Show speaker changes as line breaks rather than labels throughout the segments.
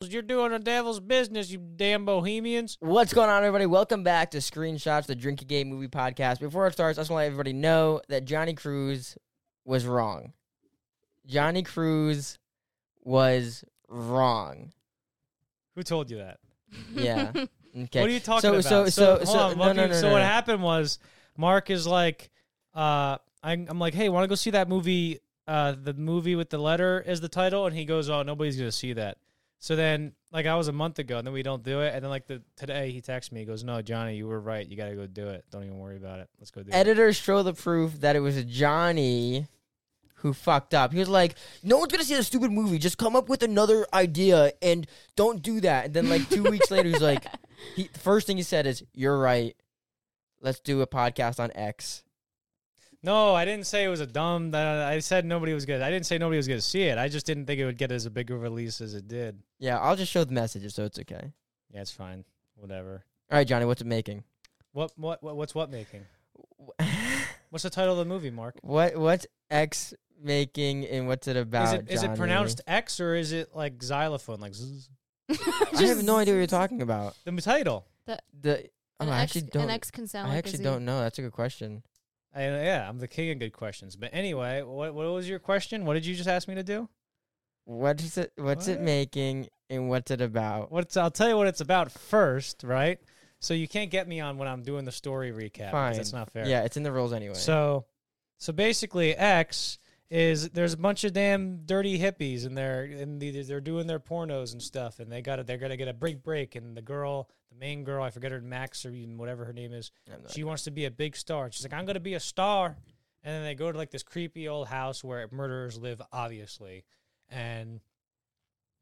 because you're doing the devil's business, you damn bohemians.
What's going on, everybody? Welcome back to Screenshots, the Drinking Game Movie Podcast. Before it starts, I just want to let everybody know that Johnny Cruz was wrong. Johnny Cruz was wrong.
Who told you that?
Yeah. Okay.
What are you talking
so,
about?
So, so, so,
hold on,
no,
Bucky,
no, no,
so
no,
what
no.
happened was Mark is like, uh, I'm, I'm like, hey, want to go see that movie? Uh, the movie with the letter is the title, and he goes, oh, nobody's gonna see that. So then, like, I was a month ago, and then we don't do it, and then like the today he texts me, he goes, no, Johnny, you were right, you gotta go do it. Don't even worry about it. Let's go do it.
Editors show the proof that it was Johnny who fucked up. He was like, "No one's gonna see the stupid movie. Just come up with another idea and don't do that." And then like two weeks later, he's like, he, the first thing he said is, "You're right. Let's do a podcast on X."
No, I didn't say it was a dumb. I I said nobody was gonna. I didn't say nobody was gonna see it. I just didn't think it would get as a big a release as it did.
Yeah, I'll just show the messages, so it's okay.
Yeah, it's fine. Whatever.
All right, Johnny, what's it making?
What what, what what's what making? What's the title of the movie, Mark?
what what's X making and what's it
Is
about?
it is it
Johnny?
pronounced X or is it like xylophone? Like zzz?
I have no idea what you're talking about.
the title.
The oh,
An
I
ex,
actually don't.
An ex can sound
I
like
actually
a Z.
don't know. That's a good question.
I, yeah, I'm the king of good questions. But anyway, what what was your question? What did you just ask me to do?
What is it? What's it
What?
making and what's it about?
What's I'll tell you what it's about first, right? So you can't get me on when I'm doing the story recap. 'cause
Fine.
that's not fair.
Yeah, it's in the rules anyway.
So, so basically, X is there's a bunch of damn dirty hippies and they're and the, they're doing their pornos and stuff, and they got to They're gonna get a break break, and the girl, the main girl, I forget her Max or even whatever her name is,
I have no
she wants to be a big star. She's like, I'm gonna be a star, and then they go to like this creepy old house where murderers live, obviously, and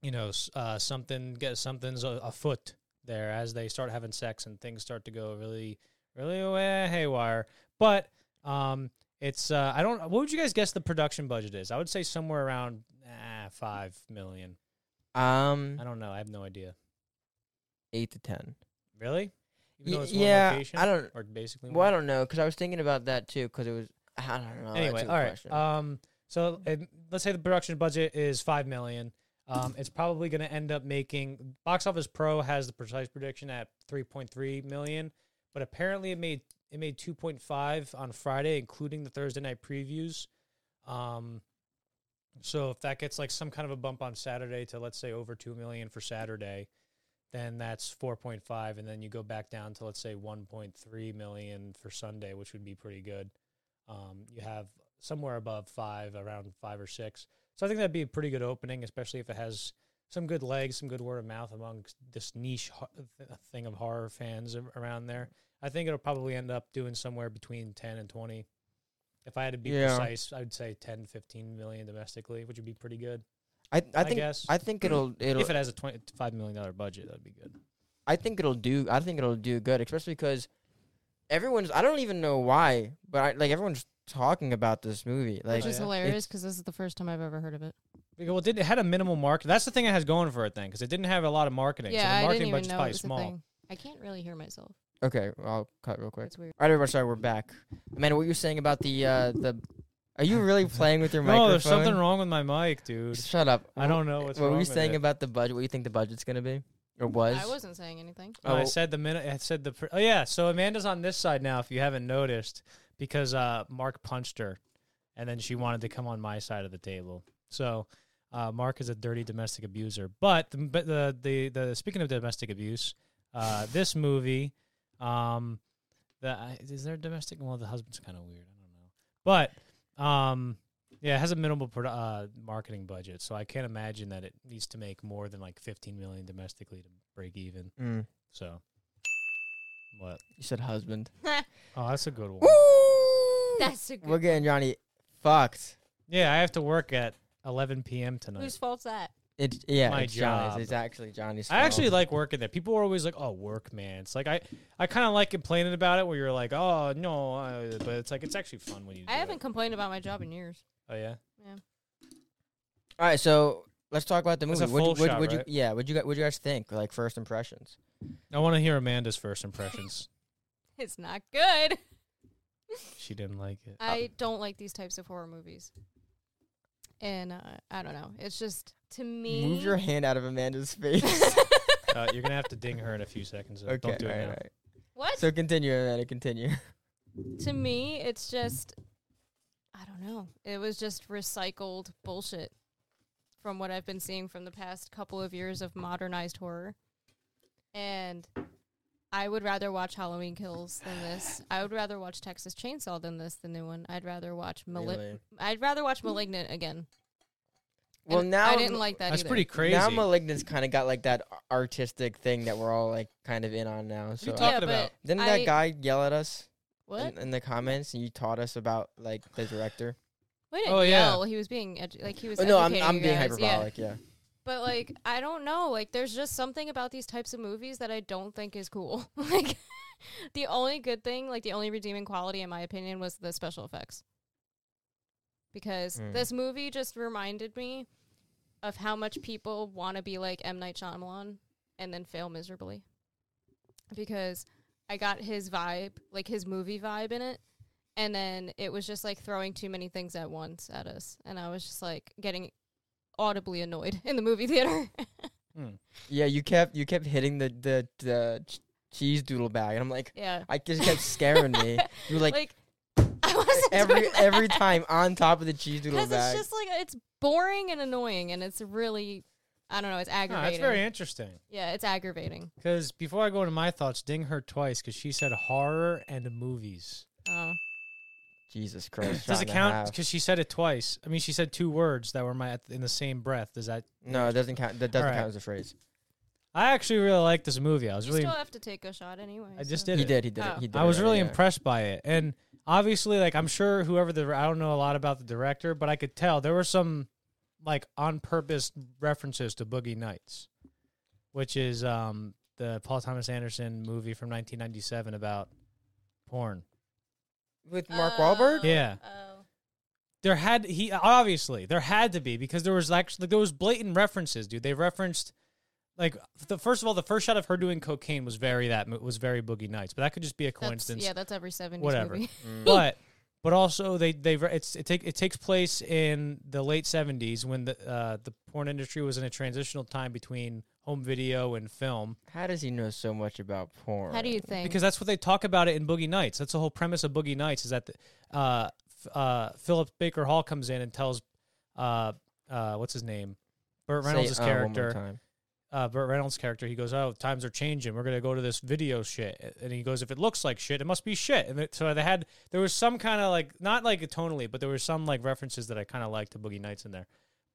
you know s- uh, something get something's a- afoot there as they start having sex and things start to go really really way haywire. But um, it's uh, I don't. What would you guys guess the production budget is? I would say somewhere around ah, five million.
um,
I don't know. I have no idea.
eight to ten.
Really? Even though
Y-
it's one
yeah,
location,
I don't-
Or basically,
Well, I
one?
don't know because I was thinking about that too because it was I don't know.
anyway,
that's a good
all right.
question.
Um, so and let's say the production budget is five million. Um, it's probably going to end up making box office pro has the precise prediction at 3.3 million, but apparently it made it made 2.5 on Friday, including the Thursday night previews. Um, so if that gets like some kind of a bump on Saturday to let's say over two million for Saturday, then that's 4.5, and then you go back down to let's say 1.3 million for Sunday, which would be pretty good. Um, you have somewhere above five, around five or six. So I think that'd be a pretty good opening, especially if it has some good legs, some good word of mouth among this niche ho- th- thing of horror fans a- around there. I think it'll probably end up doing somewhere between 10 and 20. If I had to be
Yeah.
precise, I'd say 10, 15 million domestically, which would be pretty good.
I I
I
think I,
guess.
think it'll it'll
If it has a $25 million budget, that'd be good.
I think it'll do. I think it'll do good, especially because everyone's. I don't even know why, but I, like everyone's talking about this movie. Like
Which is
Yeah.
It's-
hilarious because this is the first time I've ever heard of it.
Because, well, it, did, it had a minimal market. That's the thing it has going for it then, because it didn't have a lot of marketing. so the
yeah, I
marketing
didn't even
budget's
know it
probably
was
small.
a thing. I can't really hear myself.
okay, well, I'll cut real quick.
That's weird.
All right, everybody, sorry, we're back. Amanda, what you were saying about the uh the? Are you really playing with your
No,
microphone?
there's something wrong with my mic, dude.
Shut up.
I don't know what's
what
wrong
were you
with
saying
it.
about the budget? What do you think the budget's gonna be or was?
I wasn't saying anything.
No, I
Oh.
said the minute I said the. Pr- oh yeah, so Amanda's on this side now. If you haven't noticed, because uh, Mark punched her, and then she wanted to come on my side of the table. So uh, Mark is a dirty domestic abuser. But the but the, the the speaking of domestic abuse, uh, this movie, um, the I- is there domestic? Well, the husband's kind of weird. I don't know, but um. Yeah, it has a minimal produ- uh, marketing budget, so I can't imagine that it needs to make more than like 15 million domestically to break even.
Mm,
So, what?
you said husband.
Oh, that's a good one.
Woo!
That's a good.
We're getting Johnny fucked.
Yeah, I have to work at 11 p.m. tonight.
Whose fault's that?
It's yeah,
My
it's Johnny's.
job.
It's actually Johnny's.
I actually
fault.
like working there. People are always like, "Oh, work, man." It's like I, I kind of like complaining about it, where you're like, "Oh, no," uh," but it's like it's actually fun when you.
I
do
haven't complained about my job in years.
It. Oh yeah.
All right, so let's talk about the
That's
movie.
a full
would,
shot,
would you,
right?
yeah, would you gu- would you guys think like first impressions?
I want to hear Amanda's first impressions.
It's not
Uh,
good.
she didn't like it.
I don't like these types of horror movies. And uh, I don't know. It's just to me,
Move your hand out of Amanda's face.
Uh, you're gonna have to ding her in a few seconds. So
okay,
don't do it
all right,
now.
all right.
what?
So continue, Amanda. Continue.
to me, it's just I don't know. It was just recycled bullshit from what I've been seeing from the past couple of years of modernized horror. And I would rather watch Halloween Kills than this. I would rather watch Texas Chainsaw than this, the new one. I'd rather watch Mali-
Really?
I'd rather watch Malignant again.
Well,
And
now
I didn't like that
That's
either.
pretty crazy.
Now Malignant's kind of got like that a- artistic thing that we're all like kind of in on now. So
talking
yeah,
about?
but
didn't
I-
that guy yell at us
What?
in, in the comments? And you taught us about like the director.
We didn't
Oh, yeah.
yell. He was being edu- like he was.
Oh, no, I'm
educating
I'm
you
being
guys. Yeah.
hyperbolic. Yeah.
But like, I don't know. Like, there's just something about these types of movies that I don't think is cool. like, the only good thing, like the only redeeming quality, in my opinion, was the special effects. Because
Mm.
this movie just reminded me of how much people want to be like M Night Shyamalan and then fail miserably. Because I got his vibe, like his movie vibe in it. And then it was just like throwing too many things at once at us. And I was just like getting audibly annoyed in the movie theater.
Hmm.
Yeah, you kept you kept hitting the the, the ch- cheese doodle bag, and I'm like,
yeah.
I just kept scaring me. You were like,
Like, I wasn't
every
doing that.
every time on top of the cheese doodle
Because it's
bag.
just like it's boring and annoying, and it's really I don't know, it's
No, that's
aggravating.
very interesting.
yeah, it's aggravating.
Because before I go into my thoughts, ding her twice because she said horror and movies.
Oh,
Jesus Christ!
Does it
shot and a
count?
half.
Because she said it twice. I mean, she said two words that were my in the same breath. Does that?
No, it doesn't count. That doesn't
Alright.
count as a phrase.
I actually really like this movie. I was
you
really,
still have to take a shot anyway.
I just
so-
did
He
it.
did. He did.
Oh.
It, he did
I
it
was
already,
really
yeah.
impressed by it, and obviously, like I'm sure whoever the I don't know a lot about the director, but I could tell there were some like on purpose references to Boogie Nights, which is um the Paul Thomas Anderson movie from 1997 about porn.
With Mark Wahlberg.
Oh,
Yeah.
oh.
There had he obviously there had to be because there was actually there was blatant references, dude. They referenced like the first of all the first shot of her doing cocaine was very that mo- was very Boogie Nights, but that could just be a
That's-
coincidence.
yeah, that's every 70s
Whatever.
movie.
but but also they they re- it's it take it takes place in the late seventies when the uh, the porn industry was in a transitional time between home video and film
How does he know so much about porn?
How do you think?
because that's what they talk about it in Boogie Nights. That's the whole premise of Boogie Nights is that the, uh, f- uh, Philip Baker Hall comes in and tells uh, uh, what's his name Burt
Say,
Reynolds'
uh, one more
character
time.
uh, Burt Reynolds' character, he goes, "Oh, times are changing. We're gonna go to this video shit." And he goes, "If it looks like shit, it must be shit." And it- so they had there was some kind of like not like tonally, but there was some like references that I kind of liked to Boogie Nights in there.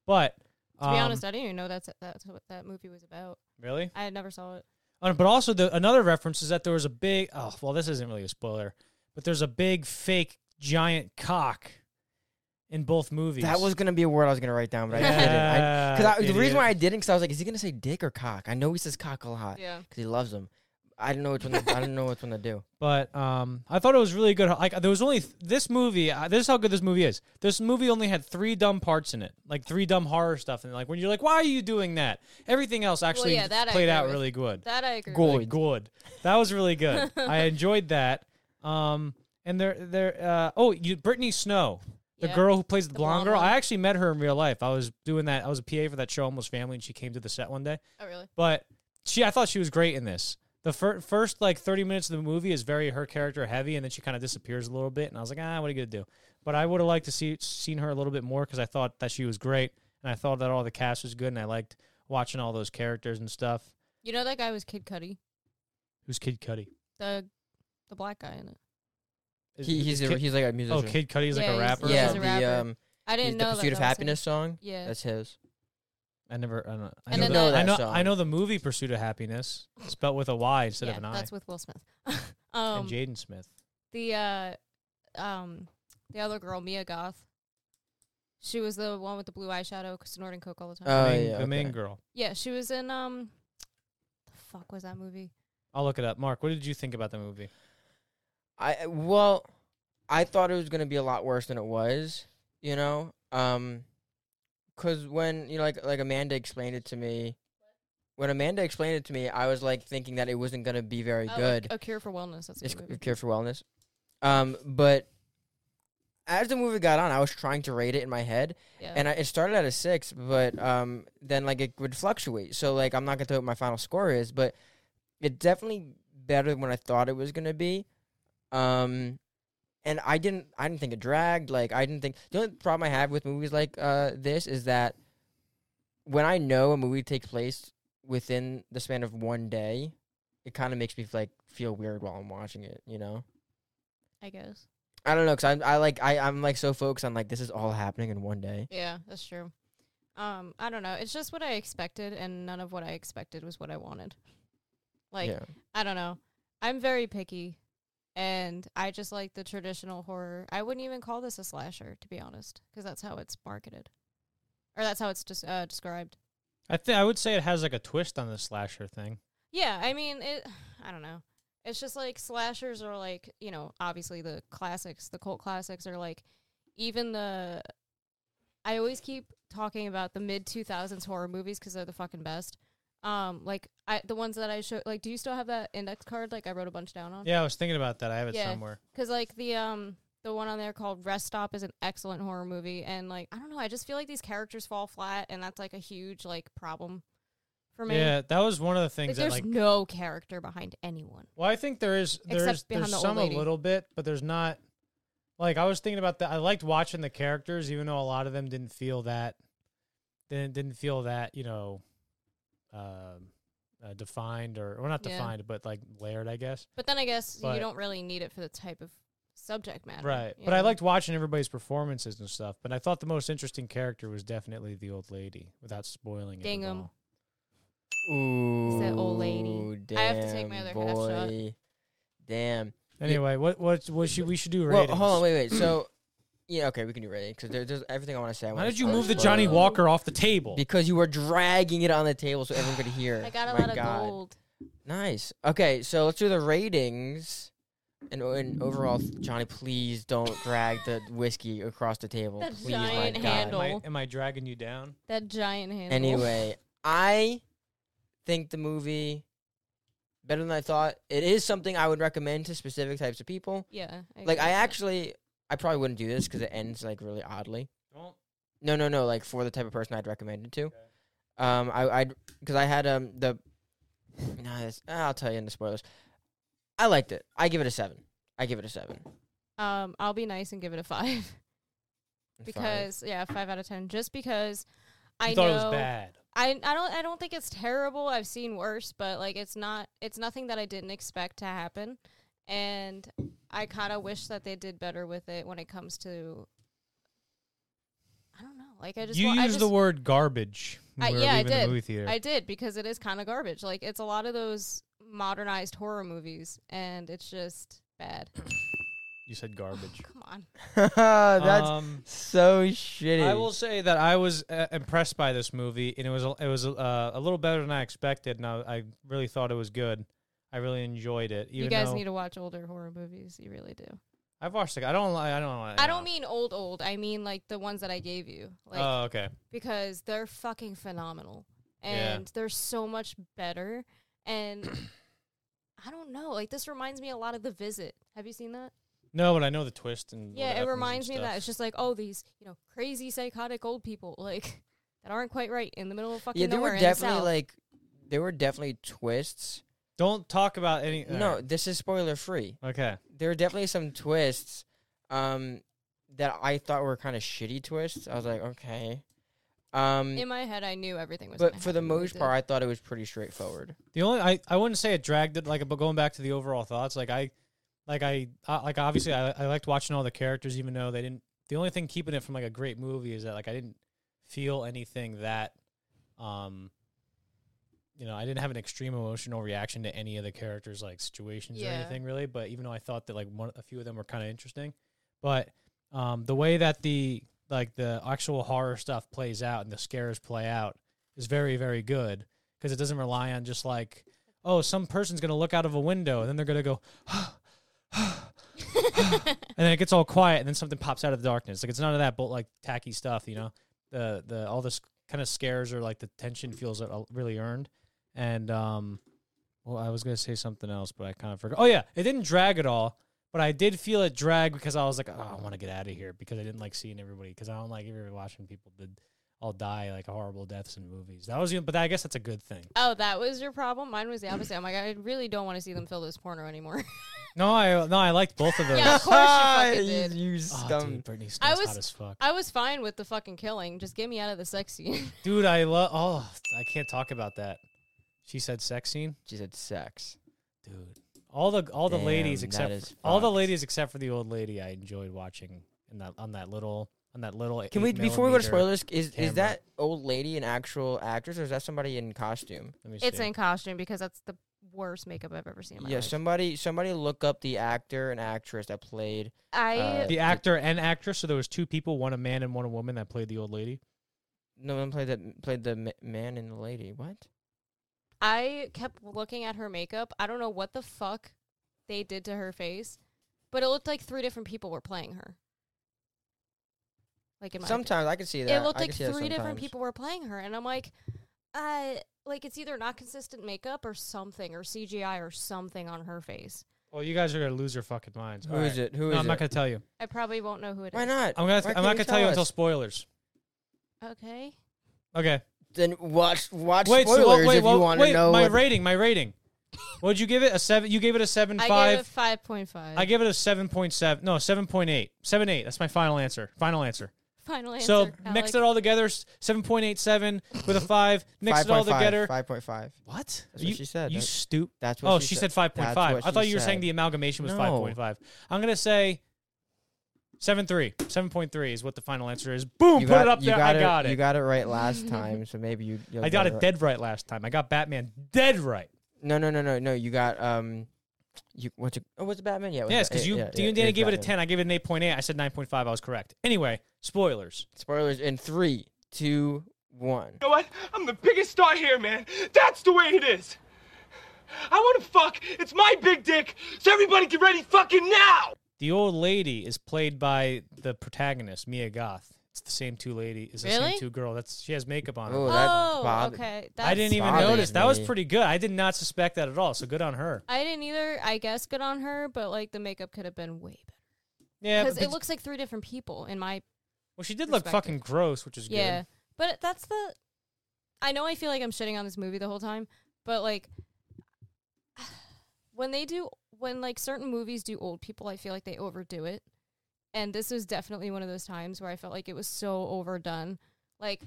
But
to be
um,
honest, I didn't even know that's that's what that movie was about.
really,
I had never saw it.
Uh, but also the another reference is that there was a big oh well this isn't really a spoiler, but there's a big fake giant cock in both movies.
That was gonna be a word I was gonna write down, but I didn't.
Uh, Yeah,
Because the
idiot.
reason why I didn't, because I was like, is he gonna say dick or cock? I know he says cock a lot
Yeah.
because he loves them. I don't know which one. To, I don't know which one to do.
But um, I thought it was really good. Like there was only th- this movie. Uh, this is how good this movie is. This movie only had three dumb parts in it, like three dumb horror stuff. And like when you're like, why are you doing that? Everything else actually
yeah, that I
played
agree
out
with.
really good.
That I agree.
Goal.
With.
Like, good. That was really good. I enjoyed that. Um, and there, there. Uh, oh, you, Brittany Snow, the
Yeah.
girl who plays the,
The
blonde,
blonde
girl.
one.
I actually met her in real life. I was doing that. I was a PA for that show, Almost Family, and she came to the set one day
Oh really?
but she I thought she was great in this. The fir- first like 30 minutes of the movie is very her character heavy and then she kind of disappears a little bit and I was like, "Ah, what are you going to do?" But I would have liked to see seen her a little bit more cuz I thought that she was great and I thought that all the cast was good and I liked watching all those characters and stuff.
You know that guy was Kid Cudi,
Who's Kid Cudi?
the the black guy in it.
Is-
He,
is
he's a,
Kid,
he's like a
Oh,
musician.
Kid Cudi's like
Yeah,
a
he's-
rapper. or
yeah,
he's a
something?
the
rapper.
um,
I
he's
didn't know
the
that
Pursuit of
that was him.
Happiness song.
Yeah.
That's his.
I never I don't know. I
And
know that-
then the-
I know
that
I
song.
know the movie Pursuit of Happiness spelled with a Y instead of
Yeah,
an I.
That's with Will Smith. um,
and Jaden Smith.
the uh, um, the other girl, Mia Goth. She was the one with the blue eyeshadow, snorting coke all the time.
Oh
the main,
yeah,
the main
okay.
girl.
yeah, she was in um, the fuck was that movie?
I'll look it up. Mark, what did you think about the movie?
I well, I thought it was gonna be a lot worse than it was. You know, um, cause when you know, like like Amanda explained it to me, when Amanda explained it to me, I was like thinking that it wasn't gonna be very
Oh, A-
good.
A Cure for Wellness. That's a
It's
good movie.
Cure for Wellness. Um, but as the movie got on, I was trying to rate it in my head,
Yeah.
and I, it started at a six, but um, then like it would fluctuate. So like I'm not gonna tell you what my final score is, but it's definitely better than what I thought it was gonna be. Um, and I didn't I didn't think it dragged. Like I didn't think the only problem I have with movies like uh this is that when I know a movie takes place within the span of one day, it kind of makes me like feel weird while I'm watching it. You know.
I guess.
I don't know, cause I'm I like I I'm like so focused on like this is all happening in one day.
Yeah, that's true. Um, I don't know. It's just what I expected, and none of what I expected was what I wanted. Like,
yeah.
I don't know. I'm very picky, and I just like the traditional horror. I wouldn't even call this a slasher, to be honest, because that's how it's marketed, or that's how it's just uh, described.
I think I would say it has like a twist on the slasher thing.
Yeah, I mean, it. I don't know. It's just like slashers are like you know, obviously the classics, the cult classics are like even the. I always keep talking about the mid two thousands horror movies because they're the fucking best. Um, like I the ones that I showed. Like, do you still have that index card? Like I wrote a bunch down on.
Yeah, I was thinking about that. I have it
Yeah.
somewhere.
Because like the um the one on there called Rest Stop is an excellent horror movie, and like I don't know, I just feel like these characters fall flat, and that's like a huge like problem for me.
Yeah, that was one of the things
like,
that
there's
like.
no character behind anyone.
well, I think there is there
Except
is
behind
there's
the old
some a
lady.
little bit, but there's not. Like I was thinking about that. I liked watching the characters, even though a lot of them didn't feel that. Didn't didn't feel that you know, um, uh, defined or or not
Yeah.
defined, but like layered, I guess.
But then I guess
But-
you don't really need it for the type of subject matter,
Right.
you
But I
know?
liked watching everybody's performances and stuff. But I thought the most interesting character was definitely the old lady, without spoiling it. at
Gingham.
all.
Ooh,
that old lady.
Damn,
I have to take my other half shot.
boy. Damn.
Anyway, what what what should we should do
Well,
ratings?
hold on, wait, wait. So, yeah, okay, we can do ratings because there, there's everything I want to say. I
Why
wanna
did you
say,
move the
but-
Johnny Walker off the table?
Because you were dragging it on the table so everyone could hear.
I got a
My
lot of
God.
gold.
Nice. Okay, so let's do the ratings. And, oh, and overall, Johnny, please don't drag the whiskey across the table.
That
please,
giant
my God.
handle.
Am I, am I dragging you down?
That giant hand.
Anyway, I think the movie better than I thought. It is something I would recommend to specific types of people.
yeah.
Like
agree
I
with that.
actually, I probably wouldn't do this because it ends like really oddly.
Don't.
No, no, no. Like for the type of person I'd recommend it to. Um, I, I, because I had um the, no, it's- ah, I'll tell you in the spoilers. I liked it. I give it a seven. I give it a seven.
um, I'll be nice and give it a five
Five.
because yeah, five out of ten. Just because
You
I
thought
know
it was bad.
I I don't I don't think it's terrible. I've seen worse, but like it's not it's nothing that I didn't expect to happen. And I kind of wish that they did better with it when it comes to I don't know. Like I just
You
wa-
used the
I just-
word garbage. when
I-
we were
yeah, I
leaving The
did.
movie theater.
I did because it is kind of garbage. Like it's a lot of those modernized horror movies and it's just bad.
you said garbage.
Come on.
That's
um,
so shitty.
I will say that I was uh, impressed by this movie, and it was a- it was uh, a little better than I expected, and I, I really thought it was good. I really enjoyed it. Even
you guys
though
need to watch older horror movies. You really do.
I've watched it. I don't. li- I don't. li-
I don't mean old old. I mean like the ones that I gave you. Like
oh, okay.
because they're fucking phenomenal
Yeah.
and they're so much better and i don't know like this reminds me a lot of the visit have you seen that
No, but I know the twist and. what
yeah
happens
it
and
reminds me of that
stuff.
it's just like oh these you know crazy psychotic old people like that aren't quite right in the middle of fucking
yeah, there
nowhere
were
in
definitely
the South.
like, there were definitely twists.
Don't talk about any.
No, this is spoiler free.
Okay.
There were definitely some twists um, that I thought were kind of shitty twists. I was like, okay. Um,
in my head i knew everything was
but
gonna
for the
happen, but it
most
didn't.
part, I thought it was pretty straightforward.
The only I, I wouldn't say it dragged it like but going back to the overall thoughts like I like I, I like obviously I, I liked watching all the characters even though they didn't the only thing keeping it from like a great movie is that like I didn't feel anything that um you know I didn't have an extreme emotional reaction to any of the characters like situations or
Yeah.
anything really but even though I thought that like one a few of them were kind of interesting but um the way that the like the actual horror stuff plays out and the scares play out is very very good because it doesn't rely on just like oh some person's gonna look out of a window and then they're gonna go and then it gets all quiet and then something pops out of the darkness like it's none of that but like tacky stuff you know the the all this kind of scares or like the tension feels uh, really earned and um well i was gonna say something else but i kind of forgot oh yeah it didn't drag at all But I did feel it drag because I was like, oh, I want to get out of here because I didn't like seeing everybody because I don't like ever watching people did all die like horrible deaths in movies. That was, the- but I guess that's a good thing.
Oh, that was your problem. Mine was the opposite. I'm like, I really don't want to see them fill this porno anymore.
No, I no, I liked both of those.
Yeah, of course you fucking
you,
did.
you
Oh,
scum.
dude, Britney Spears
I was-
hot as fuck.
I was fine with the fucking killing. Just get me out of the sex scene.
Dude, I love. Oh, I can't talk about that. She said sex scene,
she said sex.
dude. All the all the ladies
Damn, that
except
is
for, all the
fucked.
ladies except for the old lady. I enjoyed watching in that on that little on that little.
Can we
8
before we go to
millimeter-
spoilers? Is
camera.
is that old lady an actual actress or is that somebody in costume?
Let me
it's
see.
in costume because that's the worst makeup I've ever seen in my
Yeah,
life.
somebody somebody look up the actor and actress that played.
I
uh,
the actor and actress. So there was two people, one a man and one a woman that played the old lady.
No one played that played the ma- man and the lady. What?
I kept looking at her makeup. I don't know what the fuck they did to her face, but it looked like three different people were playing her. Like in my opinion.
Sometimes I can see that.
it looked
I
like
can see that
three different
sometimes.
people were playing her, and I'm like, uh, like it's either not consistent makeup or something, or CGI or something on her face.
Well, Oh, you guys are gonna lose your fucking minds.
Who
All
is
right.
it? Who
No,
is
I'm not
it?
gonna tell you.
I probably won't know who it is.
Why not?
I'm gonna.
Why
I'm
can't
not gonna tell you
us?
until spoilers.
Okay.
Okay.
Then watch watch
Wait.
spoilers
so what, wait.
if
what-
you want to
wait.
know.
my
what-
rating. My rating. What'd you give it? A seven. You gave it a seven
I
five.
gave it five point five.
I give it a 7.7. No, 7.8. 7.8. That's my final answer. Final answer.
Final answer.
so
Alec.
mix it all together, s- 7.87 with a 5. Mix it all
5.5,
together.
5.5.
What?
That's what
You-
she said.
You
That-
stoop.
That's what
Oh, she said 5.5. I
That's what
thought
she
you were saying
said.
the amalgamation was
No.
5.5. I'm going to say 7.3. 7.3 is what the final answer is. Boom,
You
put it up
you
there. I got
You
it.
got it right last time, so maybe you. you'll
I got
get
it
right.
dead right last time. I got Batman dead right.
No, no, no, no, no. You got um, you what's it? Oh, what's it Batman? Yeah, it was
Yes,
Ba-
because you,
yeah,
you
yeah,
and
it
Danny
is
gave it a
Batman.
10. I gave it an 8.8. I said 9.5. I was correct. Anyway, spoilers.
Spoilers in three, two, one.
You know what? I'm the biggest star here, man. That's the way it is. I want to fuck. It's my big dick. So everybody get ready fucking now.
The old lady is played by the protagonist, Mia Goth. It's the same two lady. It's the
Really?
same two girl. That's she has makeup on.
Oh,
her.
that
Oh,
bothered-
okay. That's,
I didn't even
bothers
notice. That was
me.
pretty good. I did not suspect that at all. So good on her.
I didn't either. I guess good on her, but like the makeup could have been way better
Yeah,
because
but
it looks like three different people in my
well, she did look
perspective.
fucking gross, which is
yeah.
good.
But that's the. I know I feel like I'm shitting on this movie the whole time, but like when they do when like certain movies do old people, I feel like they overdo it. And this was definitely one of those times where I felt like it was so overdone. Like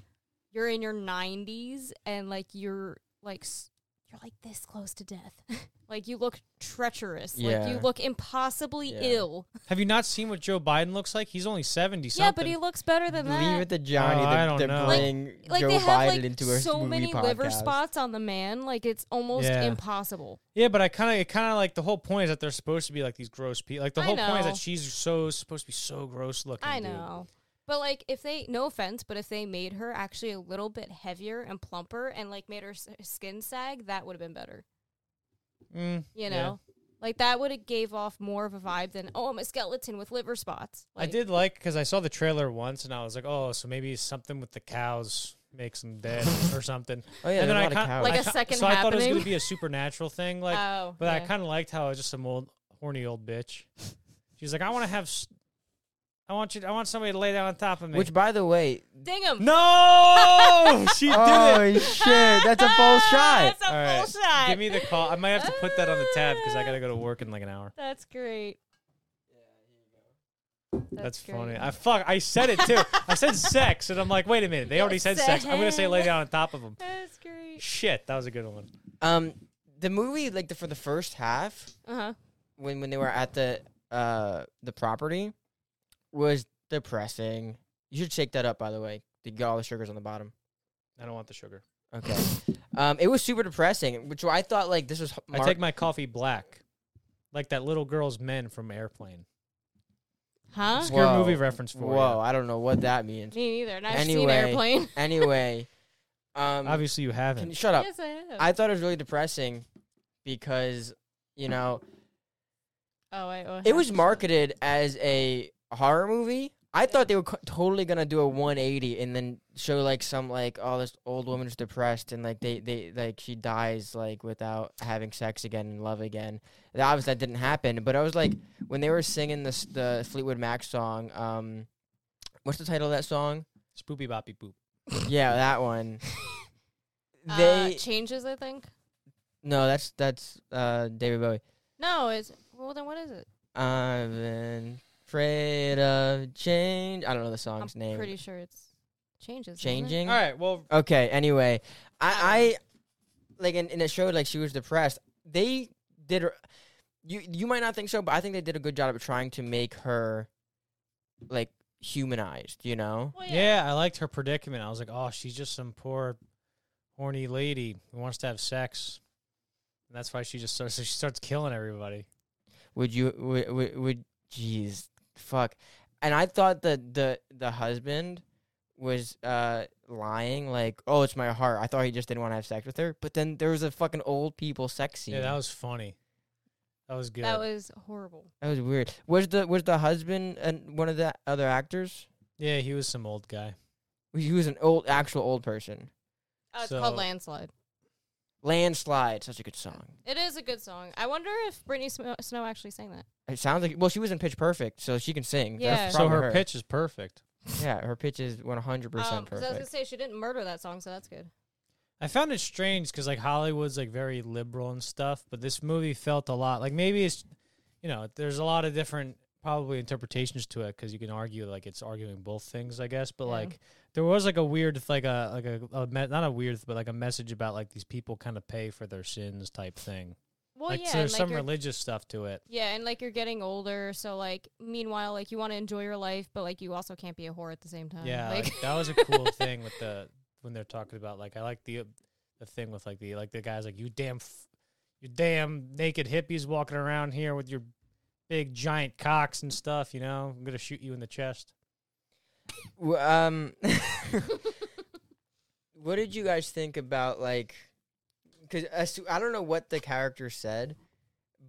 you're in your 90s and like you're like s- you're like this close to death. like you look treacherous. Like you
Yeah.
look impossibly
Yeah.
ill.
Have you not seen what Joe Biden looks like? He's only seventy something.
Yeah, but he looks better than that.
Leave it to Johnny
Oh, I don't
to, to
know. Like-
bring
like
Joe
they have
Biden
like
into a
so
movie
many
podcast.
liver spots on the man, like it's almost
Yeah.
impossible.
yeah, but I kind of, it kind of like the whole point is that they're supposed to be like these gross people. Like the
I
whole point is
know.
that she's so supposed to be so gross looking.
I
dude.
know, but like if they, no offense, but if they made her actually a little bit heavier and plumper and like made her s- skin sag, that would have been better.
Mm,
You
yeah.
know, like that would have gave off more of a vibe than oh, I'm a skeleton with liver spots. Like,
I did like because I saw the trailer once and I was like, oh, so maybe something with the cows makes them dead or something.
Oh yeah,
and
there's a
I
lot of
kinda-
cows.
Like
I
a
ki-
second
So I thought it was going
happening.
to be a supernatural thing, like.
oh,
but I
yeah.
kind of liked how it was just some old horny old bitch. She's like, I want to have. s- I want you. I want somebody to lay down on top of me.
Which, by the way,
ding him.
no, she did
oh
it.
shit, that's a false shot.
Ah, That's a
All right,
full shot.
Give me the call. I might have to put that on the tab because I gotta go to work in like an hour.
That's great.
That's,
great.
funny. I fuck. I said it too. I said sex, and I'm like, wait a minute. They already said sex. I'm gonna say lay down on top of them.
That's great.
Shit, that was a good one.
Um, the movie, like the, for the first half,
Uh huh.
when when they were at the uh the property, was depressing. You should shake that up, by the way. To get all the sugars on the bottom.
I don't want the sugar.
Okay. um, it was super depressing, which I thought like this was. h-
I
Mark-
take my coffee black, like that little girl's men from Airplane.
Huh?
Obscure
Whoa.
movie reference for
Whoa,
you.
I don't know what that means.
Me neither. And I've seen
Anyway,
Airplane.
anyway, um,
Obviously, you
can,
haven't.
shut up.
yes, I have.
Oh. I thought it was really depressing because you know
oh, I, oh,
it was marketed as a horror movie, I thought they were co- totally gonna do a 180 and then show like some like oh this old woman's depressed and like they they like she dies like without having sex again and love again. That obviously that didn't happen, but I was like when they were singing this the Fleetwood Mac song. Um, what's the title of that song?
Spoopy boppy boop.
yeah, that one.
They
They
Uh, changes, I think.
no, that's that's uh David Bowie.
No, it's well then what is it?
I've been afraid of change. I don't know the song's
I'm
name.
pretty sure it's changes. isn't it?
Changing.
Mm-hmm. All right. Well,
Okay. Anyway,
I
I, I like and, and it showed like she was depressed. They did. her- You you might not think so, but I think they did a good job of trying to make her like humanized. You know.
Well,
yeah, I liked her predicament. I was like, oh, she's just some poor, horny lady who wants to have sex. And that's why she just starts. So she starts killing everybody.
Would you would would, would jeez fuck? And I thought that the the husband was uh lying like oh it's my heart i thought he just didn't want to have sex with her but then there was a fucking old people sex scene
Yeah, that was funny. That was good.
That was horrible.
that was weird was the was the husband and one of the other actors
yeah, he was some old guy.
He was an old, actual old person.
Oh, it's called
So-
Landslide.
Landslide, such a good song.
It is a good song. I wonder if Britney Sm- Snow actually sang that.
It sounds like well, she was in Pitch Perfect, so she can sing.
Yeah.
That's
So
probably
her, pitch is perfect.
yeah, her pitch is one hundred
Um,
percent
'cause I was gonna
perfect.
say she didn't murder that song, so that's good.
I found it strange because like Hollywood's like very liberal and stuff, but this movie felt a lot like maybe it's, you know, there's a lot of different probably interpretations to it because you can argue like it's arguing both things, I guess. But
Yeah.
like there was like a weird like a like a, a me- not a weird but like a message about like these people kind of pay for their sins type thing.
Well,
like
yeah,
so there's
and, like,
some
you're-
religious stuff to it.
Yeah, and like you're getting older, so like meanwhile, like you want to enjoy your life, but like you also can't be a whore at the same time.
Yeah,
Um, like,
like, that was a cool thing with the when they're talking about like I like the uh, the thing with like the like the guys like you damn f- you damn naked hippies walking around here with your big giant cocks and stuff. You know, I'm gonna shoot you in the chest.
W- um, what did you guys think about like? Because I don't know what the character said,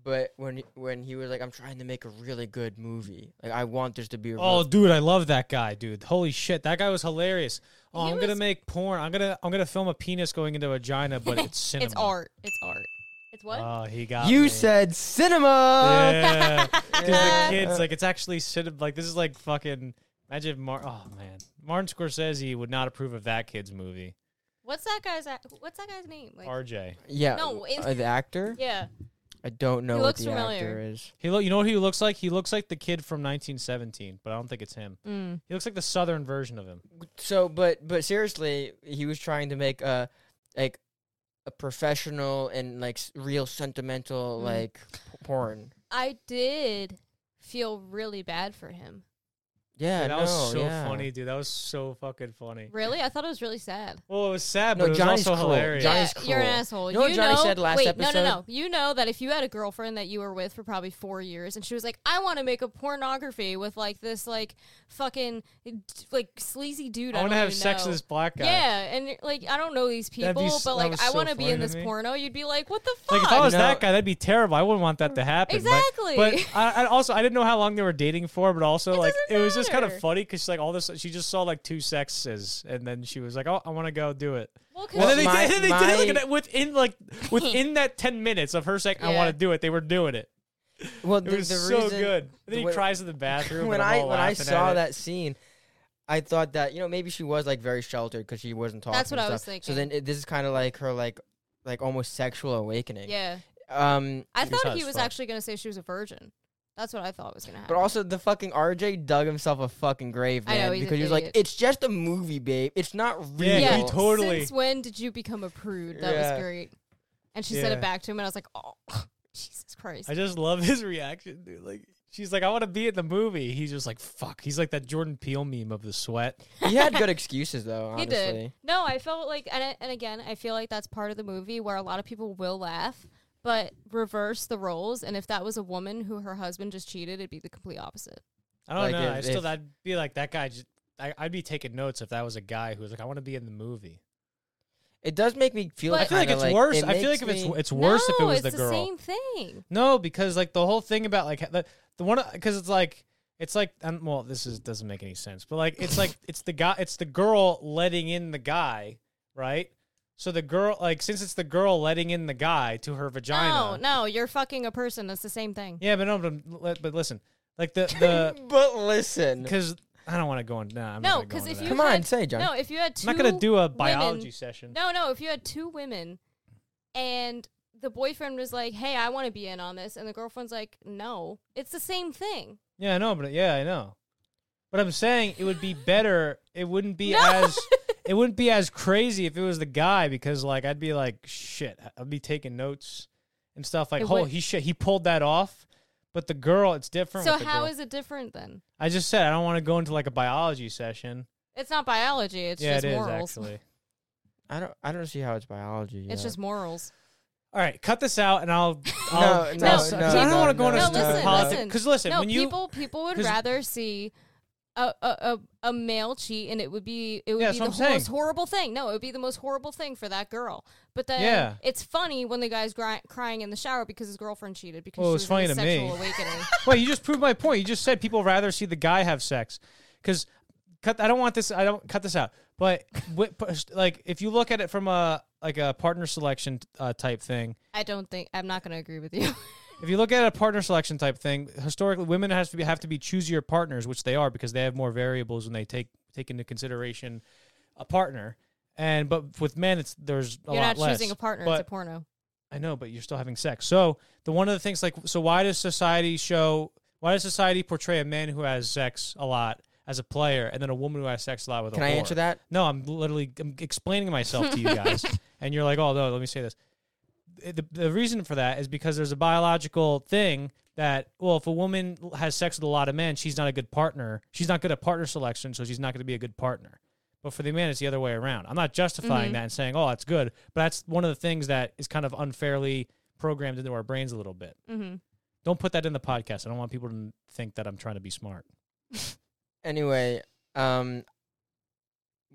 but when when he was like, "I'm trying to make a really good movie. Like, I want this to be a
Oh,
real-
dude, I love that guy, dude. Holy shit, that guy was hilarious. Oh,
He
I'm gonna
was-
make porn. I'm gonna I'm gonna film a penis going into a vagina, but it's cinema.
it's art. It's art. It's what?
Oh, he got
you
me.
said cinema.
Yeah, because the kids like it's actually cinema. Like this is like fucking. Imagine if Mar. Oh man, Martin Scorsese would not approve of that kid's movie.
what's that guy's? a- What's that guy's name? Like,
RJ.
Yeah,
No, it-
uh, the actor.
yeah,
I don't know
He
what
looks
the
familiar.
actor is.
He look. You know what he looks like? He looks like the kid from 1917, but I don't think it's him. He looks like the southern version of him.
So, but but seriously, he was trying to make a like a professional and like s- real sentimental
Mm-hmm.
Mhm.
like p- porn.
I did feel really bad for him.
Yeah,
that
no,
was so
yeah.
funny, dude. That was so fucking funny.
Really, I thought it was really sad.
Well, it was sad,
No,
but it was
Johnny's
also
cruel.
hilarious.
Johnny- Johnny's
yeah, you're an
cruel.
asshole.
You know what Johnny said last
wait, No,
episode?
no, no. You know that if you had a girlfriend that you were with for probably four years, and she was like, "I want to make a pornography with like this like fucking like sleazy dude."
I
want to
have sex with this black guy.
Yeah, and like I don't know these
That'd be
people,
s-
but
that
like
was
I
so
want to be
funny
in
to
this
me.
porno. You'd be like, "What the fuck?"
Like if I was
No.
that guy, that'd be terrible. I wouldn't want that to happen. but-
Exactly.
But, I, I also I didn't know how long they were dating for, but also like it
doesn't
was just kind of
matter.
funny because like all this she just saw like two sexes and then she was like, oh, I want to go do it.
well, 'cause
And then they,
my-
did, and they did it like,
my-
in- within like within that ten minutes of her saying, I
Yeah.
want to do it. They were doing it.
Well,
It
the,
was
the
so
reason,
good. And then
the
he
way-
cries in the bathroom.
when
and I'm
I
all
when I
laughing at
saw
it.
that scene, I thought that you know maybe she was like very sheltered because she wasn't talking.
That's what
and
I was
stuff.
thinking.
So then it, this is kind of like her like like almost sexual awakening.
yeah,
Um.
I
He was
thought
hot
he
as
was
fuck.
actually gonna say she was a virgin. That's what I thought was gonna happen.
But also, the fucking RJ dug himself a fucking grave,
I know,
man.
he's an
because he was like,
idiot.
"It's just a movie, babe. It's not real."
Yeah,
yeah,
he totally-
Since when did you become a prude? That
Yeah.
was great. And she said
Yeah.
it back to him, and I was like, "Oh, Jesus Christ!"
I just love his reaction, dude. Like she's like, I want to be in the movie. He's just like, fuck. He's like that Jordan Peele meme of the sweat.
he had good excuses though. Honestly.
he did. No, I felt like, and I- and again, I feel like that's part of the movie where a lot of people will laugh, but reverse the roles. And if that was a woman who her husband just cheated, it'd be the complete opposite.
I don't
Like,
know.
if-
I still,
if-
I'd be like that guy. Just, I, I'd be taking notes if that was a guy who was like, I want to be in the movie.
It does make me feel.
But-
I feel like
kinda
it's worse.
it
I feel like
makes
if it's
me-
it's worse if it
No,
was
it's
the girl.
same thing.
No, because like the whole thing about like the the one because it's like It's like, um, well, this is doesn't make any sense, but like, it's like it's the guy, it's the girl letting in the guy, right? So the girl, like, since it's the girl letting in the guy to her vagina.
Oh, No, no, you're fucking a person. That's the same thing.
Yeah, but no, but, li- but listen, like the the
Mm.
But listen,
because I don't want to go in. Nah, I'm
No,
not gonna
because
go into
if
that.
you
Come on,
had-
say it, Johnny.
No, if you had two
I'm not gonna do a
women-
biology session.
No, no. If you had two women, and the boyfriend was like, "Hey, I want to be in on this," and the girlfriend's like, "No," it's the same thing.
Yeah, I know, but yeah, I know. But I'm saying it would be better. It wouldn't be
No.
as it wouldn't be as crazy if it was the guy because like I'd be like shit. I'd be taking notes and stuff like,
It
oh,
would-
he shit, he pulled that off. But the girl, it's different.
so
with the
how
girl.
is it different then?
I just said I don't want to go into like a biology session.
It's not biology. It's
yeah,
just
it is
morals.
actually.
I don't. I don't see how it's biology.
It's
yeah.
just morals.
All right, cut this out, and I'll. I'll
No,
I'll-
no,
'cause
no,
I don't
no,
want to go into
no,
stupid
listen,
politics.
listen.
Because listen,
no,
when you
people people would
'cause-
rather see a, a, a, a male cheat, and it would be it would
Yeah, that's
be the
what I'm saying.
most horrible thing. No, it would be the most horrible thing for that girl. But then
Yeah.
it's funny when the guy's gri- crying in the shower because his girlfriend cheated because
Well,
she
it's
was in
funny
a
to me.
sexual awakening.
Wait, you just proved my point. You just said people rather see the guy have sex because cut. I don't want this. I don't cut this out. But wi- pers- like, if you look at it from a like a partner selection uh, type thing,
I don't think I'm not going to agree with you.
if you look at a partner selection type thing, historically, women has to be, have to be choosier partners, which they are because they have more variables when they take take into consideration a partner. And but with men, it's there's a
You're
lot
not
less.
choosing a partner;
But-
it's a porno.
I know, but you're still having sex. So the one of the things like so why does society show why does society portray a man who has sex a lot as a player and then a woman who has sex a lot with
Can
a
I
whore?
answer that?
No, I'm literally I'm explaining myself to you guys and you're like, "Oh, no, let me say this." Eh, The, the reason for that is because there's a biological thing that well, if a woman has sex with a lot of men, she's not a good partner. She's not good at partner selection, so she's not going to be a good partner. But for the man, it's the other way around. I'm not justifying that and saying, oh, that's good. But that's one of the things that is kind of unfairly programmed into our brains a little bit.
Mm-hmm.
Don't put that in the podcast. I don't want people to think that I'm trying to be smart.
Anyway, um,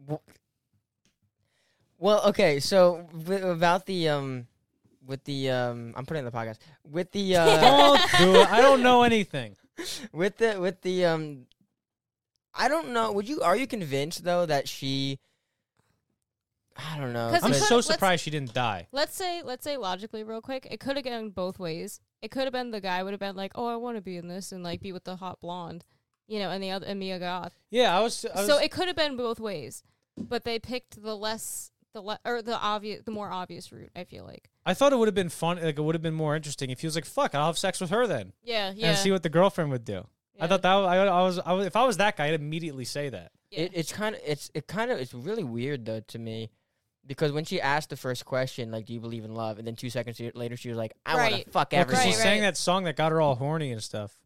w- well, okay. So w- about the um, with the um, I'm putting it in the podcast with the uh,
Don't do it. I don't know anything.
with the with the um, I don't know. Would you are you convinced though that she? I don't know.
'Cause
I'm
but-
it could've-
so
let's-
surprised she didn't die.
Let's say, let's say logically, real quick, it could have gone both ways. It could have been the guy would have been like, "Oh, I want to be in this," and like be with the hot blonde, you know, and the other and Mia Goth.
Yeah, I was. I was
so it could have been both ways, but they picked the less, the le- or the obvious, the more obvious route. I feel like.
I thought it would have been fun. Like it would have been more interesting if he was like, "Fuck, I'll have sex with her then,
Yeah, yeah.
and see what the girlfriend would do." I
Yeah.
thought that was, I, I was. I was. If I was that guy, I'd immediately say that.
yeah.
It, it's kind of it's it kind of it's really weird though to me because when she asked the first question like do you believe in love and then two seconds e- later she was like I want
Right.
to fuck
Because
everyone
she
Right,
sang
right.
that song that got her all horny and stuff.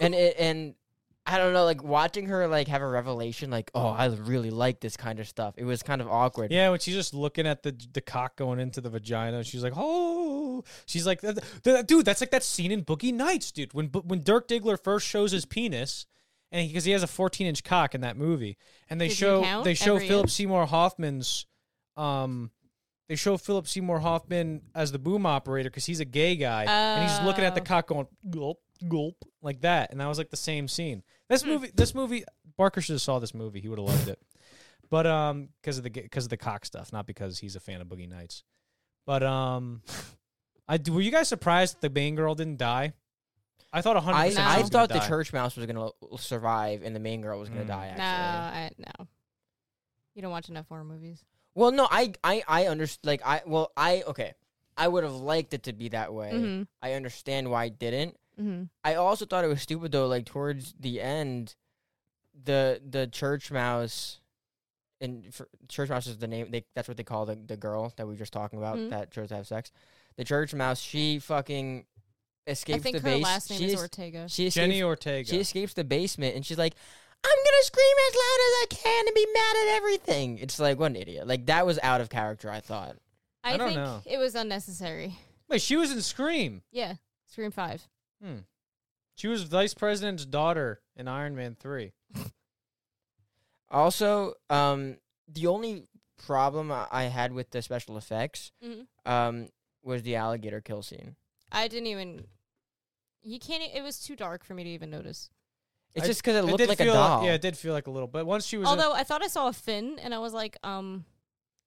and it, and I don't know like watching her like have a revelation like oh I really like this kind of stuff it was kind of awkward
Yeah, when she's just looking at the the cock going into the vagina, she's like, "Oh," she's like, "Th- th- "Dude, that's like that scene in Boogie Nights, dude. When Bu- when Dirk Diggler first shows his penis, and because he, has a 14 inch cock in that movie, and they
Did you
show
count
they show
every
Philip
inch?
Seymour Hoffman's, um, they show Philip Seymour Hoffman as the boom operator because he's a gay guy, and he's looking at the
Oh.
cock going gulp gulp like that, and that was like the same scene. This
Hmm.
movie, this movie, Barker should have saw this movie. He would have loved it. But um, because of the because of the cock stuff, not because he's a fan of Boogie Nights. But um, I do. Were you guys surprised that the Bane girl didn't die? I thought hundred.
I
percent
Nah.
I
she was
thought the church mouse was gonna l- survive and the main girl was gonna
Mm.
die
no,
actually
I, no. You don't watch enough horror movies.
well no I I I understand like I well I okay I would have liked it to be that way
Mm-hmm.
I understand why it didn't
Mm-hmm.
I also thought it was stupid though. Like towards the end, the the church mouse, and for, church mouse is the name. They that's what they call the the girl that we were just talking about
Mhm.
that chose to have sex. The church mouse. She fucking
I
escapes
think
the
her
base.
last name
she
is
es-
Ortega.
she escapes,
Jenny Ortega.
she escapes the basement and she's like, "I'm gonna scream as loud as I can and be mad at everything." It's like what an idiot. Like that was out of character. I thought.
I,
I don't
think
know.
it was unnecessary.
Wait, she was in Scream.
Yeah, Scream Five.
Hmm. She was Vice President's daughter in Iron Man Three.
Also, um, the only problem I I had with the special effects
Mhm.
um, was the alligator kill scene.
I didn't even. You can't. e- It was too dark for me to even notice.
It's
I-
just because it looked
did
like a
feel
doll.
yeah, it did feel like a little. But once she was, in-
Although I thought I saw a fin, and I was like, um,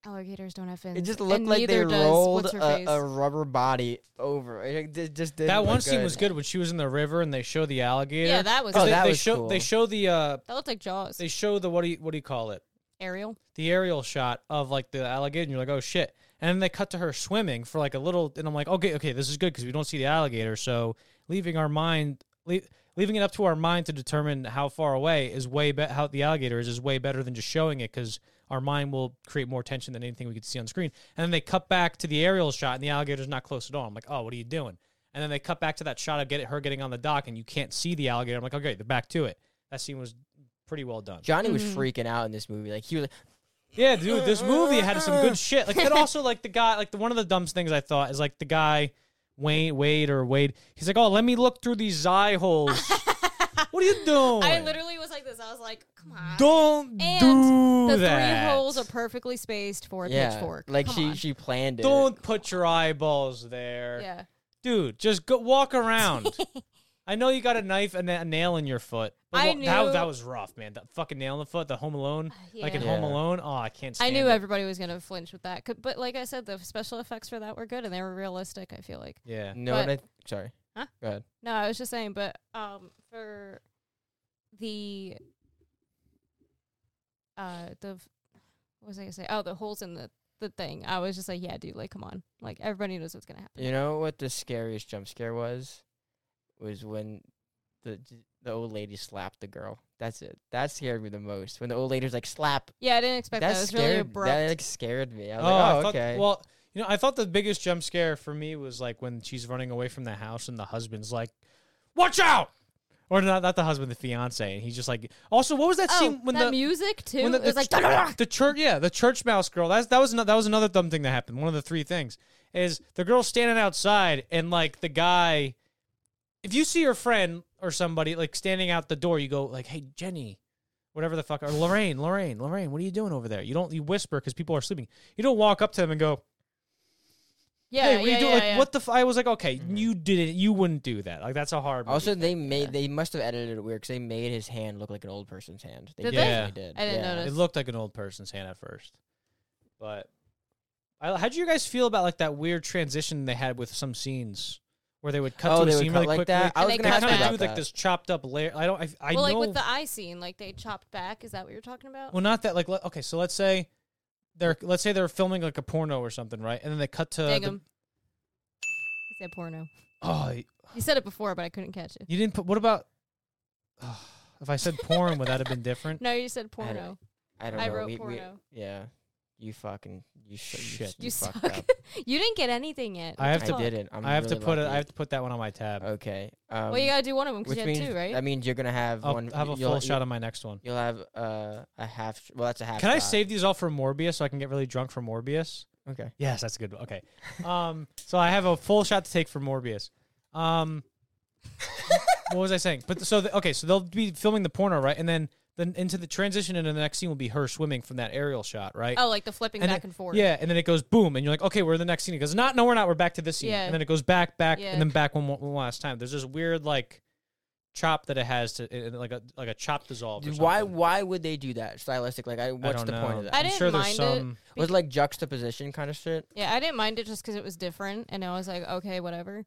alligators don't have fins.
it just
And
looked like they
neither does
rolled
what's her
a,
face.
a rubber body over. It, it just didn't
that one
look
scene was good when she was in the river and they show the alligator.
yeah, that was
Oh,
they,
that
they
was
show they
cool.
show the uh
that looked like Jaws.
they show the what do you what do you call it
Ariel.
the aerial shot of like the alligator and you're like oh shit and then they cut to her swimming for like a little and I'm like okay okay this is good because we don't see the alligator so leaving our mind le- leaving it up to our mind to determine how far away is way be- how the alligator is is way better than just showing it because our mind will create more tension than anything we could see on screen and then they cut back to the aerial shot and the alligator's not close at all I'm like oh what are you doing and then they cut back to that shot of get her getting on the dock and you can't see the alligator I'm like okay they're back to it that scene was pretty well done.
Johnny was
Mm-hmm.
freaking out in this movie. Like he was like,
Yeah, dude, this movie had some good shit. Like, and also, like the guy, like the one of the dumbest things I thought is like the guy, Wayne Wade or Wade. He's like, oh, let me look through these eye holes. what are you doing?
I literally was like this. I was like, come on.
don't
and
do
the
that.
three holes are perfectly spaced for a
yeah,
pitchfork.
like
Come
she
on.
she planned it.
Don't put your eyeballs there,
yeah.
dude. Just go walk around. I know you got a knife and a nail in your foot. But
I
wa- that,
knew-
that was rough, man. That fucking nail in the foot. The Home Alone, like in
Uh, yeah.
Home
Yeah.
Alone. Oh, I can't.
I
Stand
knew
it.
everybody was gonna flinch with that. 'Cause- But like I said, the special effects for that were good and they were realistic. I feel like.
Yeah.
No,
But-
I, sorry.
Huh?
Go ahead.
No, I was just saying, but um, for the uh the f- what was I gonna say? Oh, the holes in the the thing. I was just like, yeah, dude, like come on, like everybody knows what's gonna happen.
You know what the scariest jump scare was? Was when the the old lady slapped the girl. That's it. That scared me the most. When the old lady's like slap.
Yeah, I didn't expect that.
That
It was really
scared.
abrupt.
that like scared me. I was
I
like, oh
thought-
okay.
Well, you know, I thought the biggest jump scare for me was like when she's running away from the house and the husband's like, "Watch out!" Or not, not the husband, the fiance, and he's just like. Also, what was that
oh,
scene when
that
the
music too.
when the,
it was
the
like
ch- the church, yeah, the church mouse girl. That's that was ano- that was another dumb thing that happened. One of the three things is the girl standing outside and like the guy. If you see your friend or somebody like standing out the door, you go like, "Hey, Jenny." Whatever the fuck, or Lorraine, Lorraine, Lorraine, what are you doing over there? You don't you whisper because people are sleeping. You don't walk up to them and go,
yeah,
hey, what
yeah,
you do?
yeah,
like,
yeah.
what the? F-? I was like, okay, you didn't, you wouldn't do that. Like, that's a hard. movie.
also, they made they must have edited it weird because they made his hand look like an old person's hand. They
Did they?
definitely did.
I didn't
yeah.
notice.
it looked like an old person's hand at first, but I, how do you guys feel about like that weird transition they had with some scenes where they would cut
Oh,
to a
they would
scene
cut
really
like
quickly?
that? I
was
they
gonna ask
kinda
you about
do like
that.
this chopped up layer. I don't. I, I
well,
know.
like with the eye scene, like they chopped back. Is that what you're talking about?
well, not that. Like, let- okay, so let's say. They're, let's say they're filming like a porno or something, right? And then they cut to
Dang
the,
him. He said porno.
oh,
You said it before, but I couldn't catch it.
you didn't put. What about Ugh, if I said porn? would that have been different?
No, you said
I had-
porno.
I don't
I
know.
wrote
we, we-
porno.
yeah, you fucking you sh- you,
Shit.
s-
You
you fucked
suck.
up.
You didn't get anything yet.
I
What
have
the
to-
I
fuck?
didn't. I'm
I have to
really
put it. I
lucky.
have to put that one on my tab.
Okay. Um,
Well, you gotta do one of them
which
because you had
means
two, right?
that means you're gonna have
I'll
one.
have a
you'll-
full shot
you'll-
on my next one.
You'll have uh, a half. sh- Well, that's a half.
Can I
shot.
save these all for Morbius so I can get really drunk for Morbius?
Okay.
Yes, that's a good one. Okay. Um, so I have a full shot to take for Morbius. Um, what was I saying? But so the, okay, so they'll be filming the porno, right? And then then into the transition into the next scene will be her swimming from that aerial shot, right?
Oh, like the flipping
And
back
then-
and forth.
Yeah, and then it goes boom, and you're like, okay, we're in the next scene. It goes, not, no, we're not. We're back to this scene,
Yeah.
and then it goes back, back,
Yeah.
and then back one, more, one last time. There's this weird like chop that it has to, it- it- like a like a chop dissolve. or
Dude, why?
something.
Why would they do that? Stylistic. Like, I. What's
don't
the point
know.
of that?
I
I'm
didn't
sure there's
mind it.
some-
was it like juxtaposition kind of shit.
Yeah, I didn't mind it just because it was different, and I was like, okay, whatever.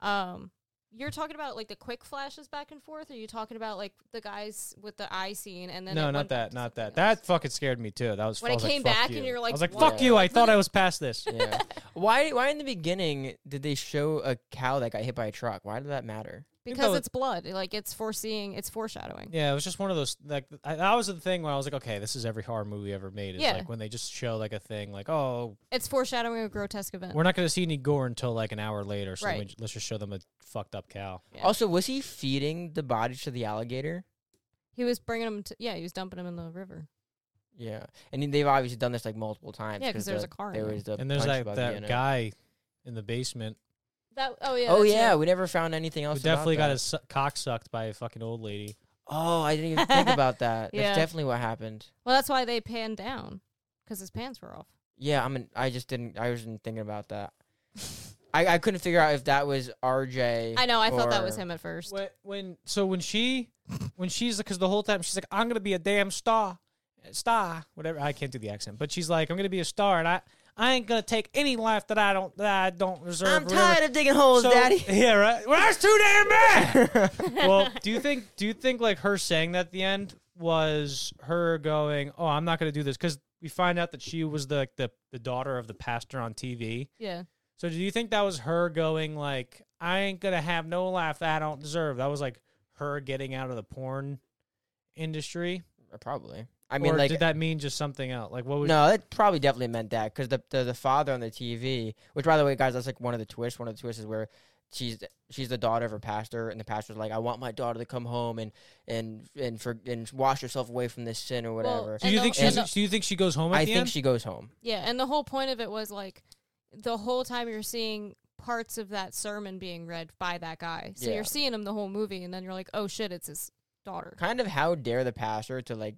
Um, you're talking about like the quick flashes back and forth, or you talking about like the guys with the eye scene, and then at
No,
one
not
point
that,
to
not
something
that.
else?
That fucking scared me too. That was
When
I
it
was
came
like, fuck
back and
you.
you're
I
like,
was like,
"What?"
fuck you. I thought I was past this.
Yeah. why? Why in the beginning did they show a cow that got hit by a truck? Why did that matter?
that
because
was-
it's blood, like it's foreseeing, it's foreshadowing.
Yeah, it was just one of those. Like I, that was the thing when I was like, okay, this is every horror movie ever made. Is
Yeah.
like when they just show like a thing, like, oh,
It's foreshadowing a grotesque event.
we're not going to see any gore until like an hour later, so
Right.
we, let's just show them a fucked up cow.
Yeah.
Also, was he feeding the body to the alligator?
he was bringing him, to, yeah, he was dumping him in the river.
Yeah, and then they've obviously done this like multiple times.
Yeah, 'cause there was a car in
There
there.
was the
and there's that,
punch buggy in
that
it.
guy in the basement
That oh yeah,
oh
that's
yeah,
right.
we never found anything
who
else. about
definitely got
that.
his su- cock sucked by a fucking old lady.
Oh, I didn't even think about that.
Yeah.
That's definitely what happened.
Well, that's why they panned down because his pants were off.
Yeah, I'm. An, I just didn't. I wasn't thinking about that. I, I couldn't figure out if that was RJ.
I know. I thought that was
or-
him at first.
When, when so when she when she's because the whole time she's like I'm gonna be a damn star, star whatever I can't do the accent but she's like I'm gonna be a star and I I ain't gonna take any life that I don't that I don't deserve.
I'm
or whatever."
tired of digging holes,
So-
Daddy.
Yeah, right. Well, that's too damn bad. well, do you think do you think like her saying that at the end was her going, "Oh, I'm not going to do this," because we find out that she was the, the the daughter of the pastor on TV.
Yeah.
So do you think that was her going like, "I ain't gonna have no life that I don't deserve"? That was like her getting out of the porn industry.
Probably. I mean,
or
like uh,
did that mean just something else? Like, what was?
No, it probably definitely meant that because the, the the father on the TV, which by the way, guys, that's like one of the twists. One of the twists is where she's she's the daughter of her pastor, and the pastor's like, "I want my daughter to come home and and and for and wash herself away from this sin or whatever."
Do you
And
think
the- and
she's? Do you think she goes home? At
I
the
think
end?
she goes home.
Yeah, and the whole point of it was like the whole time you're seeing parts of that sermon being read by that guy. So
Yeah.
you're seeing him the whole movie and then you're like, "Oh shit, it's his daughter."
Kind of how dare the pastor to like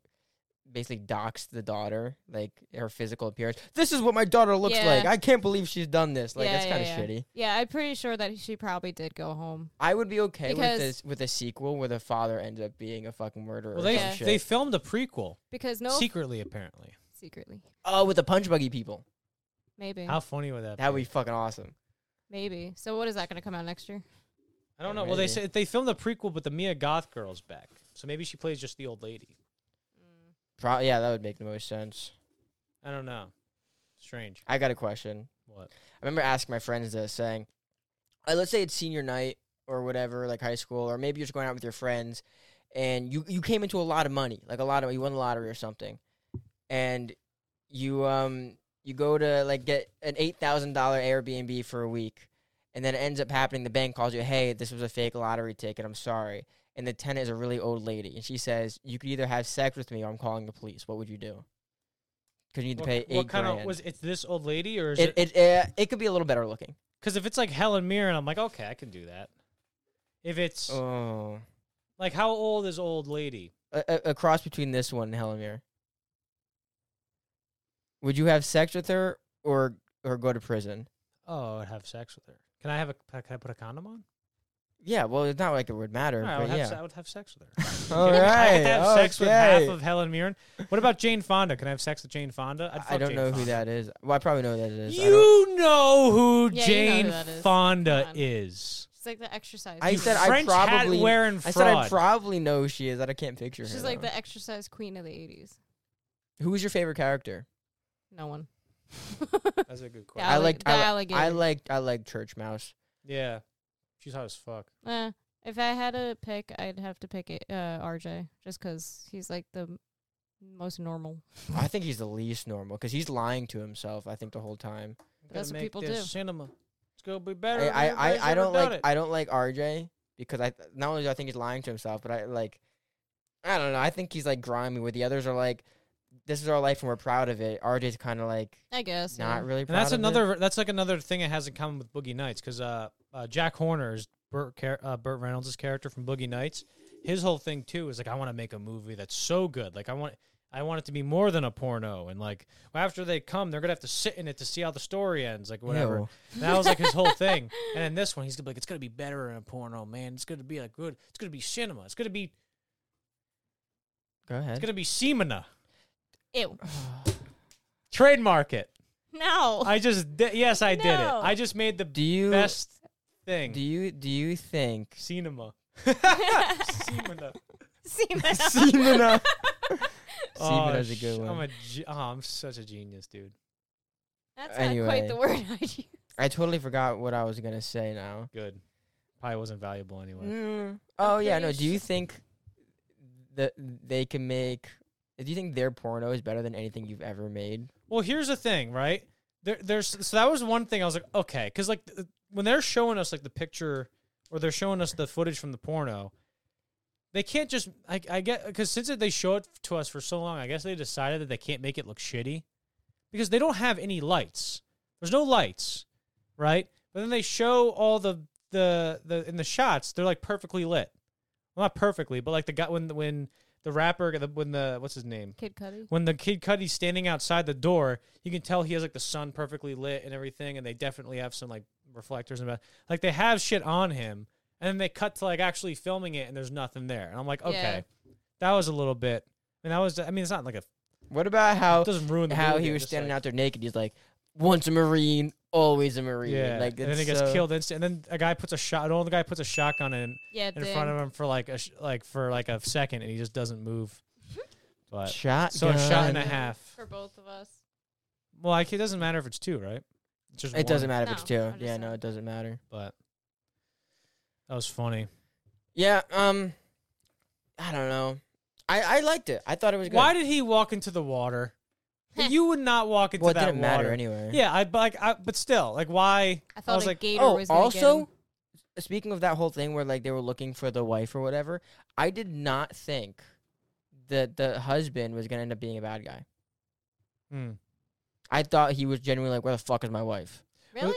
basically dox the daughter, like her physical appearance. This is what my daughter looks
Yeah.
like. I can't believe she's done this. Like that's kind of
yeah.
shitty.
Yeah, I'm pretty sure that she probably did go home.
I would be okay
Because-
with this with a sequel where the father ends up being a fucking murderer.
Well,
or
they
some shit.
they filmed a prequel
Because no
secretly, apparently.
secretly.
Oh, with the punch buggy people.
Maybe.
How funny would that?
That
be?
would be fucking awesome.
Maybe. So what is that going to come out next year?
I don't know. Well, they
Maybe.
said they filmed the prequel, but the Mia Goth girl's back, so maybe she plays just the old lady.
Pro- yeah, that would make the most sense.
I don't know. Strange.
I got a question.
What?
I remember asking my friends this, saying, uh, let's say it's senior night or whatever, like high school, or maybe you're just going out with your friends and you, you came into a lot of money, like a lot of you won the lottery or something. And you um you go to like get an eight thousand dollar Airbnb for a week and then it ends up happening, the bank calls you, Hey, this was a fake lottery ticket, I'm sorry. And the tenant is a really old lady and she says, You could either have sex with me or I'm calling the police. What would you do? Because you need to
What,
pay eight
what kind
grand.
of was it's this old lady or is
it,
it?
it, uh, it could be a little better looking.
Because if it's like Helen Mirren, I'm like, okay, I can do that. If it's
Oh,
like, how old is old lady?
a, a, a cross between this one and Helen Mirren. Would you have sex with her or or go to prison?
Oh, I'd have sex with her. Can I have a? Can I put a condom on?
Yeah, well, it's not like it would matter.
All right, I would,
but
have,
yeah.
se- I would have sex with her.
All
Can I
right,
have sex with half
okay.
of Helen Mirren. What about Jane Fonda? Can I have sex with Jane Fonda? I'd
I
fuck
don't
Jane
know who
Fonda.
that is. Well, I probably know who that is. I don't-
You know who
Yeah,
Jane
you know who that is.
Fonda
Come on.
is.
It's like the exercise.
I
queen.
said I
French
probably.
hat wearing
I
fraud.
said I probably know who she is. that I can't picture her.
She's like
though.
the exercise queen of the 80s.
Who was your favorite character?
No one.
That's a good question.
The
I
alli-
liked-
the
I li-
alligator.
I liked. I liked Church Mouse.
Yeah, she's hot as fuck.
Eh, if I had to pick, I'd have to pick it, uh, RJ just 'cause he's like the m- most normal.
I think he's the least normal because he's lying to himself. I think the whole time.
Gotta
That's what
make
people
this
do.
Cinema. It's gonna be better.
I,
than
I,
anybody's
I, I
ever
don't
done
like
it.
I don't like RJ because I not only do I think he's lying to himself, but I like I don't know. I think he's like grimy. Where the others are like, this is our life and we're proud of it. RJ's kind of like
I guess.
not really.
and
proud
that's
of it.
another. That's like another thing it has in common with Boogie Nights because uh, uh, Jack Horner is Burt Car- uh, Burt Reynolds' character from Boogie Nights. His whole thing too is like I want to make a movie that's so good. Like I want I want it to be more than a porno. And like after they come, they're gonna have to sit in it to see how the story ends. Like whatever.
Ew.
And that was like his whole thing. And in this one, he's gonna be like, it's gonna be better than a porno, man. It's gonna be like good. It's gonna be cinema. It's gonna be
Go
it's
ahead.
gonna be semina.
Ew.
Trademark it.
No.
I just di- yes, I did it.
No.
I just made the
Do you
best thing.
do you do you think
cinema. Cinema.
Semen.
Semina?
Oh,
Semina's a good
sh- I'm
one.
a ge- oh, I'm such a genius, dude.
That's not
Anyway.
quite the word I use.
I totally forgot what I was gonna say now.
Good. Probably wasn't valuable anyway.
Mm. Oh yeah, no.
pretty
Do you
sure-
think that they can make? Do you think their porno is better than anything you've ever made?
Well, here's the thing, right? There, there's so that was one thing I was like, okay, because like th- when they're showing us like the picture or they're showing us the footage from the porno, they can't just I, I get because since they show it to us for so long, I guess they decided that they can't make it look shitty because they don't have any lights. There's no lights, right? But then they show all the the the in the shots, they're like perfectly lit. Well, not perfectly, but like the guy when when the rapper the, when the what's his name
Kid Cudi.
when the kid Cudi's standing outside the door, you can tell he has like the sun perfectly lit and everything, and they definitely have some like reflectors and that. like they have shit on him, and then they cut to like actually filming it, and there's nothing there, and I'm like, okay, that was a little bit, and that was, I mean, it's not like a
What about how
it doesn't ruin the
how
movie,
he
I'm
was
just
standing
like,
out there naked? He's like, once a marine, always a marine.
yeah,
like
and then
it's
he gets
so-
killed instant, and then a guy puts a shot, an old guy puts a shotgun in
Yeah,
in front of him for like a sh- like for like a second, and he just doesn't move, but
Shot.
so a shot and a
Shotgun.
half.
for both of us.
Well, like, it doesn't matter if it's two, right? It's just
It
one.
doesn't matter if it's
No,
two.
I'm just
Yeah, no,
saying.
it doesn't matter.
but that was funny.
Yeah. Um, I don't know. I I liked it. I thought it was good.
Why did he walk into the water? you would not walk into
Well, it
that
didn't matter
water.
anyway.
Yeah, I but, like, I, but still, like, why?
I
I
thought
was
a
like,
gator
Oh,
was gonna get
also,
him.
speaking of that whole thing where like they were looking for the wife or whatever, I did not think that the husband was gonna end up being a bad guy.
Hmm.
I thought he was genuinely like, "Where the fuck is my wife?"
really?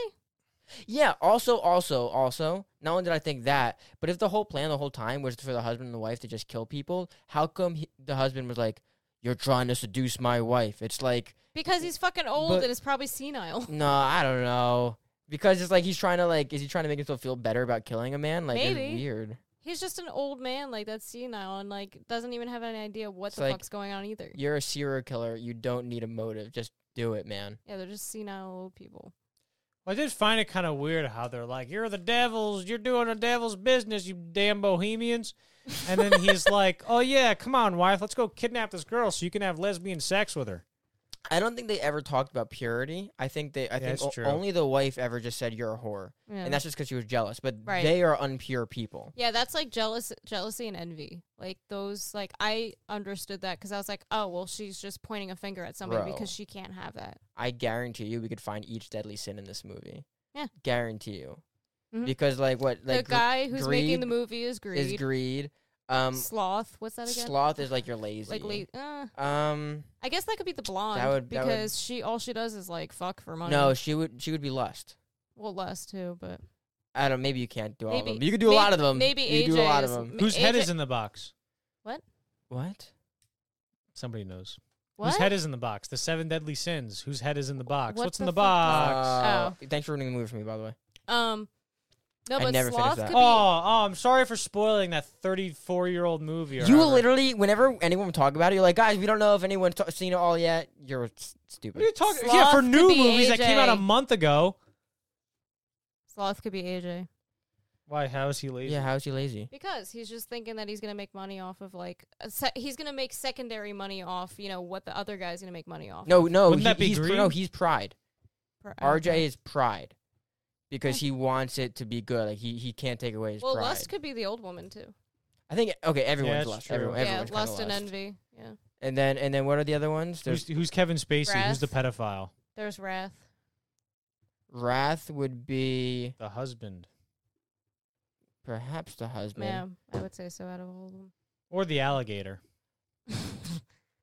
Yeah. Also, also, also, not only did I think that, but if the whole plan the whole time was for the husband and the wife to just kill people, how come he, the husband was like, "You're trying to seduce my wife"? It's like,
Because he's fucking old
But-
and is probably senile.
no, I don't know, because it's like he's trying to like, is he trying to make himself feel better about killing a man? Like,
Maybe.
it's weird.
He's just an old man, like that's senile, and like doesn't even have any idea what
It's
the
like-
fuck's going on either.
You're a serial killer. You don't need a motive. Just do it, man.
Yeah, they're just senile old people.
I did find it kind of weird how they're like, "You're the devils. You're doing the devil's business, you damn bohemians." And then he's like, "Oh yeah, come on, wife, let's go kidnap this girl so you can have lesbian sex with her."
I don't think they ever talked about purity. I think they. I
that's
think o-
true.
only the wife ever just said you're a whore,
Yeah.
and that's just because she was jealous. But
Right.
they are unpure people.
Yeah, that's like jealous, jealousy and envy. Like those, like I understood that because I was like, oh well, she's just pointing a finger at somebody
Bro.
because she can't have that.
I guarantee you, we could find each deadly sin in this movie.
Yeah.
guarantee you,
Mhm.
because like what like
the guy who's making the
greed
movie is
gr-
greed.
is greed. Um,
Sloth. What's that again?
sloth is like you're lazy.
Like, la- uh,
um,
I guess that could be the blonde
would- that
because
would-
she all she does is like fuck for money.
no, she would she would be lust.
well, less too, but
I don't. Maybe you can't do all
Maybe-
of them. You could do
may-
a lot of them.
Maybe
you
AJ
could do a lot of
is-
them.
ma-
Whose head
AJ
is in the box?
What?
Somebody knows.
What?
Whose head is in the box? The seven deadly sins. Whose head is in the box?
What
What's
the
in the
fuck
box?
Uh,
Oh.
Thanks for ruining the movie for me, by the way.
um, no,
I
but
never finished
sloth
that.
could be.
Oh, oh, I'm sorry for spoiling that 34 year old movie. or
You
however-
literally, whenever anyone would talk about it, you're like, guys, we don't know if anyone's t- seen it all yet. You're s-
What are you
stupid.
talking?
Sloth
yeah, for
could
new
be
movies that came out a
AJ.
month ago.
Sloth could be AJ
Why? How is he lazy?
Yeah, how is he lazy?
because he's just thinking that he's gonna make money off of like a se- he's gonna make secondary money off you know what the other guy's gonna make money off.
No, no,
Wouldn't that be
he's,
greed?
no, he's pride.
Pr- I don't know.
RJ is pride because he wants it to be good. Like he, he can't take away his
Well,
pride.
lust could be the old woman too.
I think okay, everyone's
that's
lust.
true.
Everyone,
Yeah,
everyone's
yeah,
kinda
lust and
lust.
envy. Yeah,
And then and then what are the other ones?
Who's,
There's
who's Kevin Spacey? Who's
Wrath.
the pedophile?
there's wrath.
wrath would be
The husband
perhaps the husband.
Yeah, I would say so. Out of all of them,
or the alligator?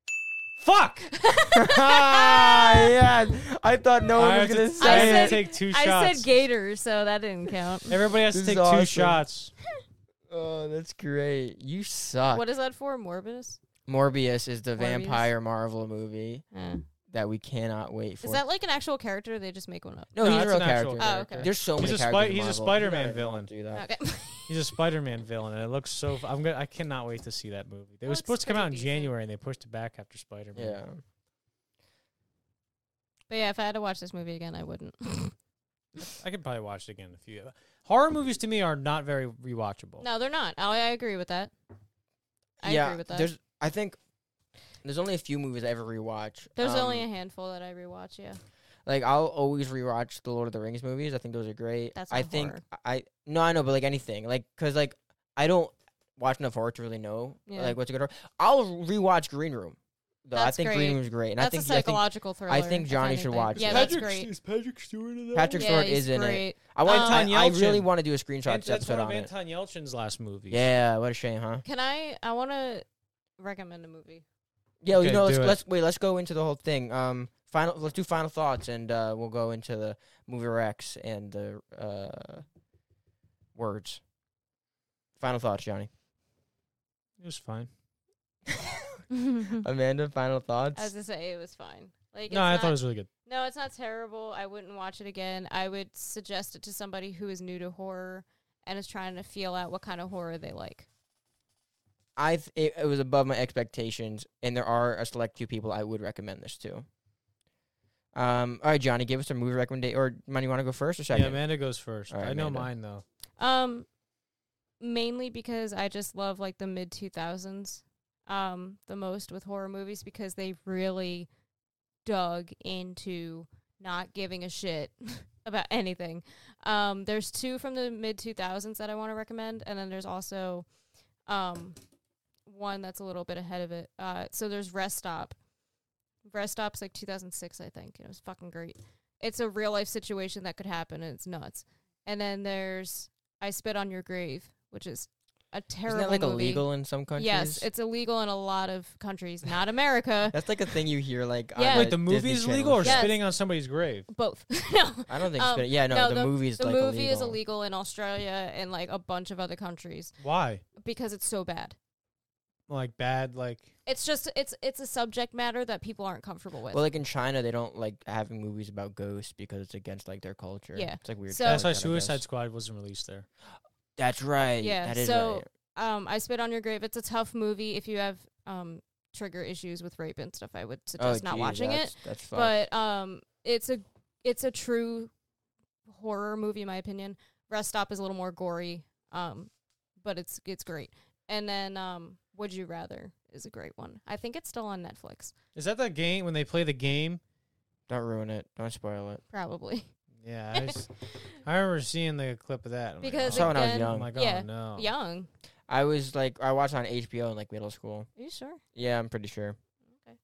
Fuck!
ah, yeah. I thought no one
I
was
have to,
gonna
I
say
have
it.
to take two
I
shots.
said gator, so that didn't count.
Everybody has to
This
take
is awesome.
two shots.
Oh, that's great. You suck.
what is that for? Morbidus.
Morbius is the
Morbius.
vampire Marvel movie
Eh.
that we cannot wait for.
Is that like an actual character? Or they just make one up.
no,
No,
he's a
that's
real
an actual
character.
character. Oh, okay.
There's so
He's
many
a spi-
characters. in
he's a
Marvel.
Spider-Man
You don't
villain.
do that.
Okay.
He's a Spider-Man villain, and it looks so. F- I'm gonna. I cannot wait to see that movie. It was
Looks
supposed to come out in
pretty decent.
January, and they pushed it back after Spider-Man.
Yeah.
but yeah, if I had to watch this movie again, I wouldn't.
I could probably watch it again in a few. Horror movies to me are not very rewatchable.
no, they're not. I, I agree with that. I
yeah,
agree with that. There's,
There's I think there's only a few movies I ever rewatch.
only a
Um,
handful that I rewatch. Yeah,
like I'll always rewatch the Lord of the Rings movies. I think those are great.
That's
I
not
think
horror.
I no, I know, but like anything, like because like I don't watch enough horror to really know
Yeah.
like what's a good horror. I'll rewatch Green Room. Though I
That's
think
great.
Green Room's great, and
that's
I think
a
I think-
psychological thriller.
think
if
Johnny should
anything.
watch
Yeah,
it.
that's
Patrick-
great.
Is Patrick Stewart in that?
Patrick
yeah,
Stewart
he's
is in it.
great.
I want.
Anton
I, I
Yelchin.
really want to do a screenshot
And that's
episode
one of
on it.
Anton Yelchin's last movies.
Yeah, what a shame, huh?
Can I? I want to recommend a movie.
Yeah,
Okay,
you know, let's,
do it.
let's wait. Let's go into the whole thing. Um, final. Let's do final thoughts, and uh, we'll go into the movie Rex and the uh, words. Final thoughts, Johnny.
It was fine.
Amanda, final thoughts?
I was gonna say it was fine. Like
No,
it's
I
not,
thought it was really good.
no, it's not terrible. I wouldn't watch it again. I would suggest it to somebody who is new to horror and is trying to feel out what kind of horror they like.
I th- it, it was above my expectations, and there are a select few people I would recommend this to. Um, all right, Johnny, give us a movie recommendation. Or, Money, you want to go first or second?
Yeah, Amanda goes first.
All right,
I know
Amanda.
mine though.
Um, mainly because I just love like the mid two thousands, um, the most with horror movies because they really dug into not giving a shit about anything. Um, there's two from the mid two thousands that I want to recommend, and then there's also, um, one that's a little bit ahead of it. Uh, so there's Rest Stop. Rest Stop's like 2006, I think. It was fucking great. It's a real life situation that could happen, and it's nuts. And then there's I Spit on Your Grave, which is a
Isn't
terrible
that like
movie.
illegal in some countries?
Yes, it's illegal in a lot of countries, not America.
That's like a thing you hear, like,
Yeah.
on
Wait, the
Disney
movie's
Channel
legal or
Yes.
spitting on somebody's grave?
Both. no.
I don't think
Um,
it's good. Yeah, no,
no,
the,
the-
movie's
The
like
movie
illegal.
is illegal in Australia and like a bunch of other countries
Why?
because it's so bad.
Like bad, like
It's just it's it's a subject matter that people aren't comfortable with.
Well, like in China, they don't like having movies about ghosts because it's against like their culture.
Yeah.
it's like weird.
So-
shit
that's why
like that, I guess.
Suicide Squad wasn't released there.
That's right.
Yeah,
that is
so-
right.
um, I Spit on Your Grave. It's a tough movie if you have um trigger issues with rape and stuff. I would
Oh,
suggest not
geez,
watching it.
that's, That's fucked.
But um, it's a it's a true horror movie in my opinion. Rest Stop is a little more gory, um, but it's it's great. And then um, Would You Rather is a great one. I think it's still on Netflix,
Is that that game when they play the game?
don't ruin it. Don't spoil it.
probably.
Yeah, I, s- I remember seeing the clip of that. I'm like,
Because
Oh I saw it when I was
again,
young.
I'm like, oh
yeah,
no.
young.
I was like, I watched it on HBO in like middle school.
Are you sure?
Yeah, I'm pretty sure.
Okay.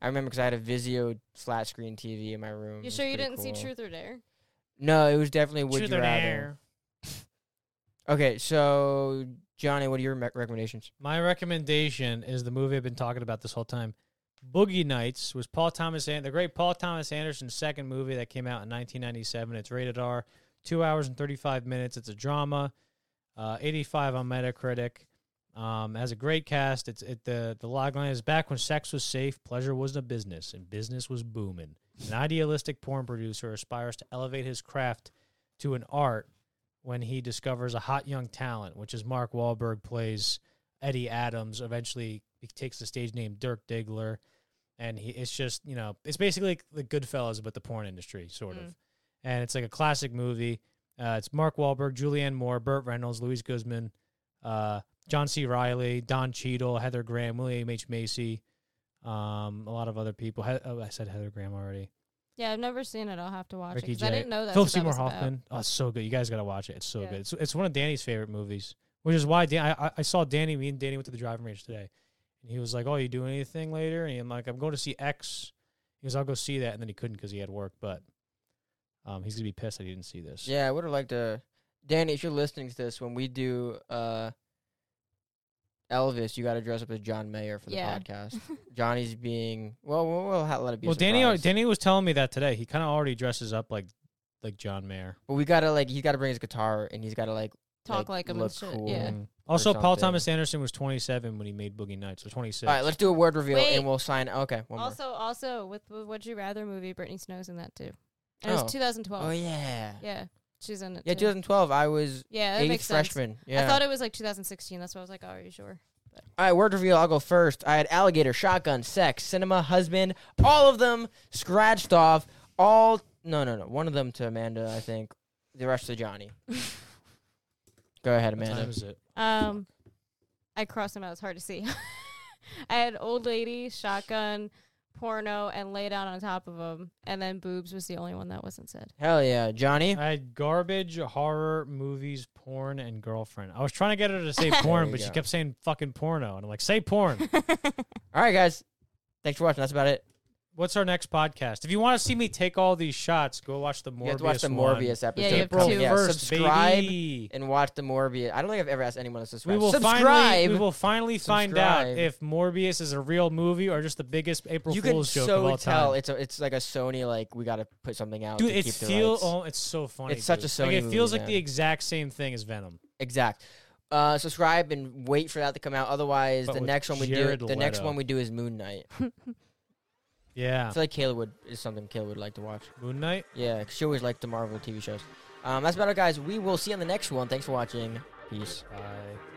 I remember because I had a Vizio flat screen TV in my room. It
You
was
sure you
pretty
didn't see
cool.
Truth or Dare?
No, it was definitely Would
Truth
You
or
Rather.
Dare.
Okay, so Johnny, what are your me- recommendations?
My recommendation is the movie I've been talking about this whole time. Boogie Nights was Paul Thomas and the great Paul Thomas Anderson's second movie that came out in 1997. It's rated R, two hours and 35 minutes. It's a drama, uh, 85 on Metacritic. Um, has a great cast. It's it, the the logline is back when sex was safe, pleasure wasn't a business, and business was booming. An idealistic porn producer aspires to elevate his craft to an art when he discovers a hot young talent, which is Mark Wahlberg plays Eddie Adams. Eventually, he takes the stage name Dirk Diggler, and he it's just you know it's basically like the Goodfellas but the porn industry sort of,
Mm.
and it's like a classic movie. Uh, it's Mark Wahlberg, Julianne Moore, Burt Reynolds, Louise Guzman, uh, John C. Riley, Don Cheadle, Heather Graham, William H Macy, um, a lot of other people. He- oh, I said Heather Graham already.
Yeah, I've never seen it. I'll have to watch it
Ricky
'cause I
Jay-
didn't know that's
Philip
what that
Seymour
was about.
Hoffman. Oh, it's so good. You guys got to watch it. It's so
Yeah.
good. It's, it's one of Danny's favorite movies, which is why Dan, I, I- I saw Danny. Me and Danny went to the driving range today, and he was like, "Oh, you doing anything later?" And I'm like, "I'm going to see X." He goes, "I'll go see that," and then he couldn't because he had work. But um, he's gonna be pissed that he didn't see this.
Yeah, I would have liked to. Danny, if you're listening to this, when we do uh, Elvis, you got to dress up as John Mayer for the
Yeah.
podcast. Johnny's being well, we'll, we'll ha- let it be. a
Well, Danny, al-
surprise.
Danny was telling me that today. He kind of already dresses up like like John Mayer.
but we gotta like he's gotta bring his guitar and he's gotta like
Talk
like,
like, him
look
and shit.
cool.
Yeah.
Mm. Also, Paul
something.
Thomas Anderson was 27 when he made Boogie Nights, or 26.
all right, let's do a word reveal
Wait.
and we'll sign. Okay, one
Also, also with the Would You Rather movie, Britney Snow's in that too. And
Oh.
it's 2012.
more. Oh
yeah.
yeah,
she's in it.
yeah.
too.
2012. I was
yeah, that
eighth
makes sense.
freshman. Yeah.
I thought it was like 2016. That's why I was like, oh, are you sure?
All right, word reveal. I'll go first. I had alligator, shotgun, sex, cinema, husband. All of them scratched off. All no, no, no. One of them to Amanda, I think. The rest to Johnny. go ahead,
what time
Amanda.
is it?
Um, I crossed them out. It's hard to see. I had old lady, shotgun, porno, and lay down on top of them. And then boobs was the only one that wasn't said.
Hell yeah, Johnny.
I had garbage, horror, movies, porn, and girlfriend. I was trying to get her to say
you
porn, but she
go.
kept saying fucking porno. And I'm like, say porn.
All right, guys. Thanks for watching. That's about it.
What's our next podcast? If you want to see me take all these shots, go watch the Morbius.
You have to watch the
one.
Morbius episode.
Yeah, you have
April
two.
Yeah,
1st,
subscribe
baby.
and watch the Morbius. I don't think I've ever asked anyone to subscribe.
We will
subscribe.
finally we will finally find out
Subscribe.
if Morbius is a real movie or just the biggest April
you can
Fool's joke of
so
all
tell
time.
it's a, it's like a Sony like we got to put something out.
Dude,
to
it
keep the
feel
rights.
oh, it's so funny.
It's such a
dude.
Sony
like, It
movie,
feels like
man.
the exact same thing as Venom.
Exact. Uh, subscribe and wait for that to come out. Otherwise,
But
the
with
next one we
Jared
do the next
Leto.
one we do is Moon Knight. I
Yeah.
feel like Kayla would is something Kayla would like to watch.
Moon Knight.
Yeah, 'cause she always liked the Marvel TV shows. Um, that's about it, guys. We will see you on the next one. Thanks for watching. Peace.
Bye.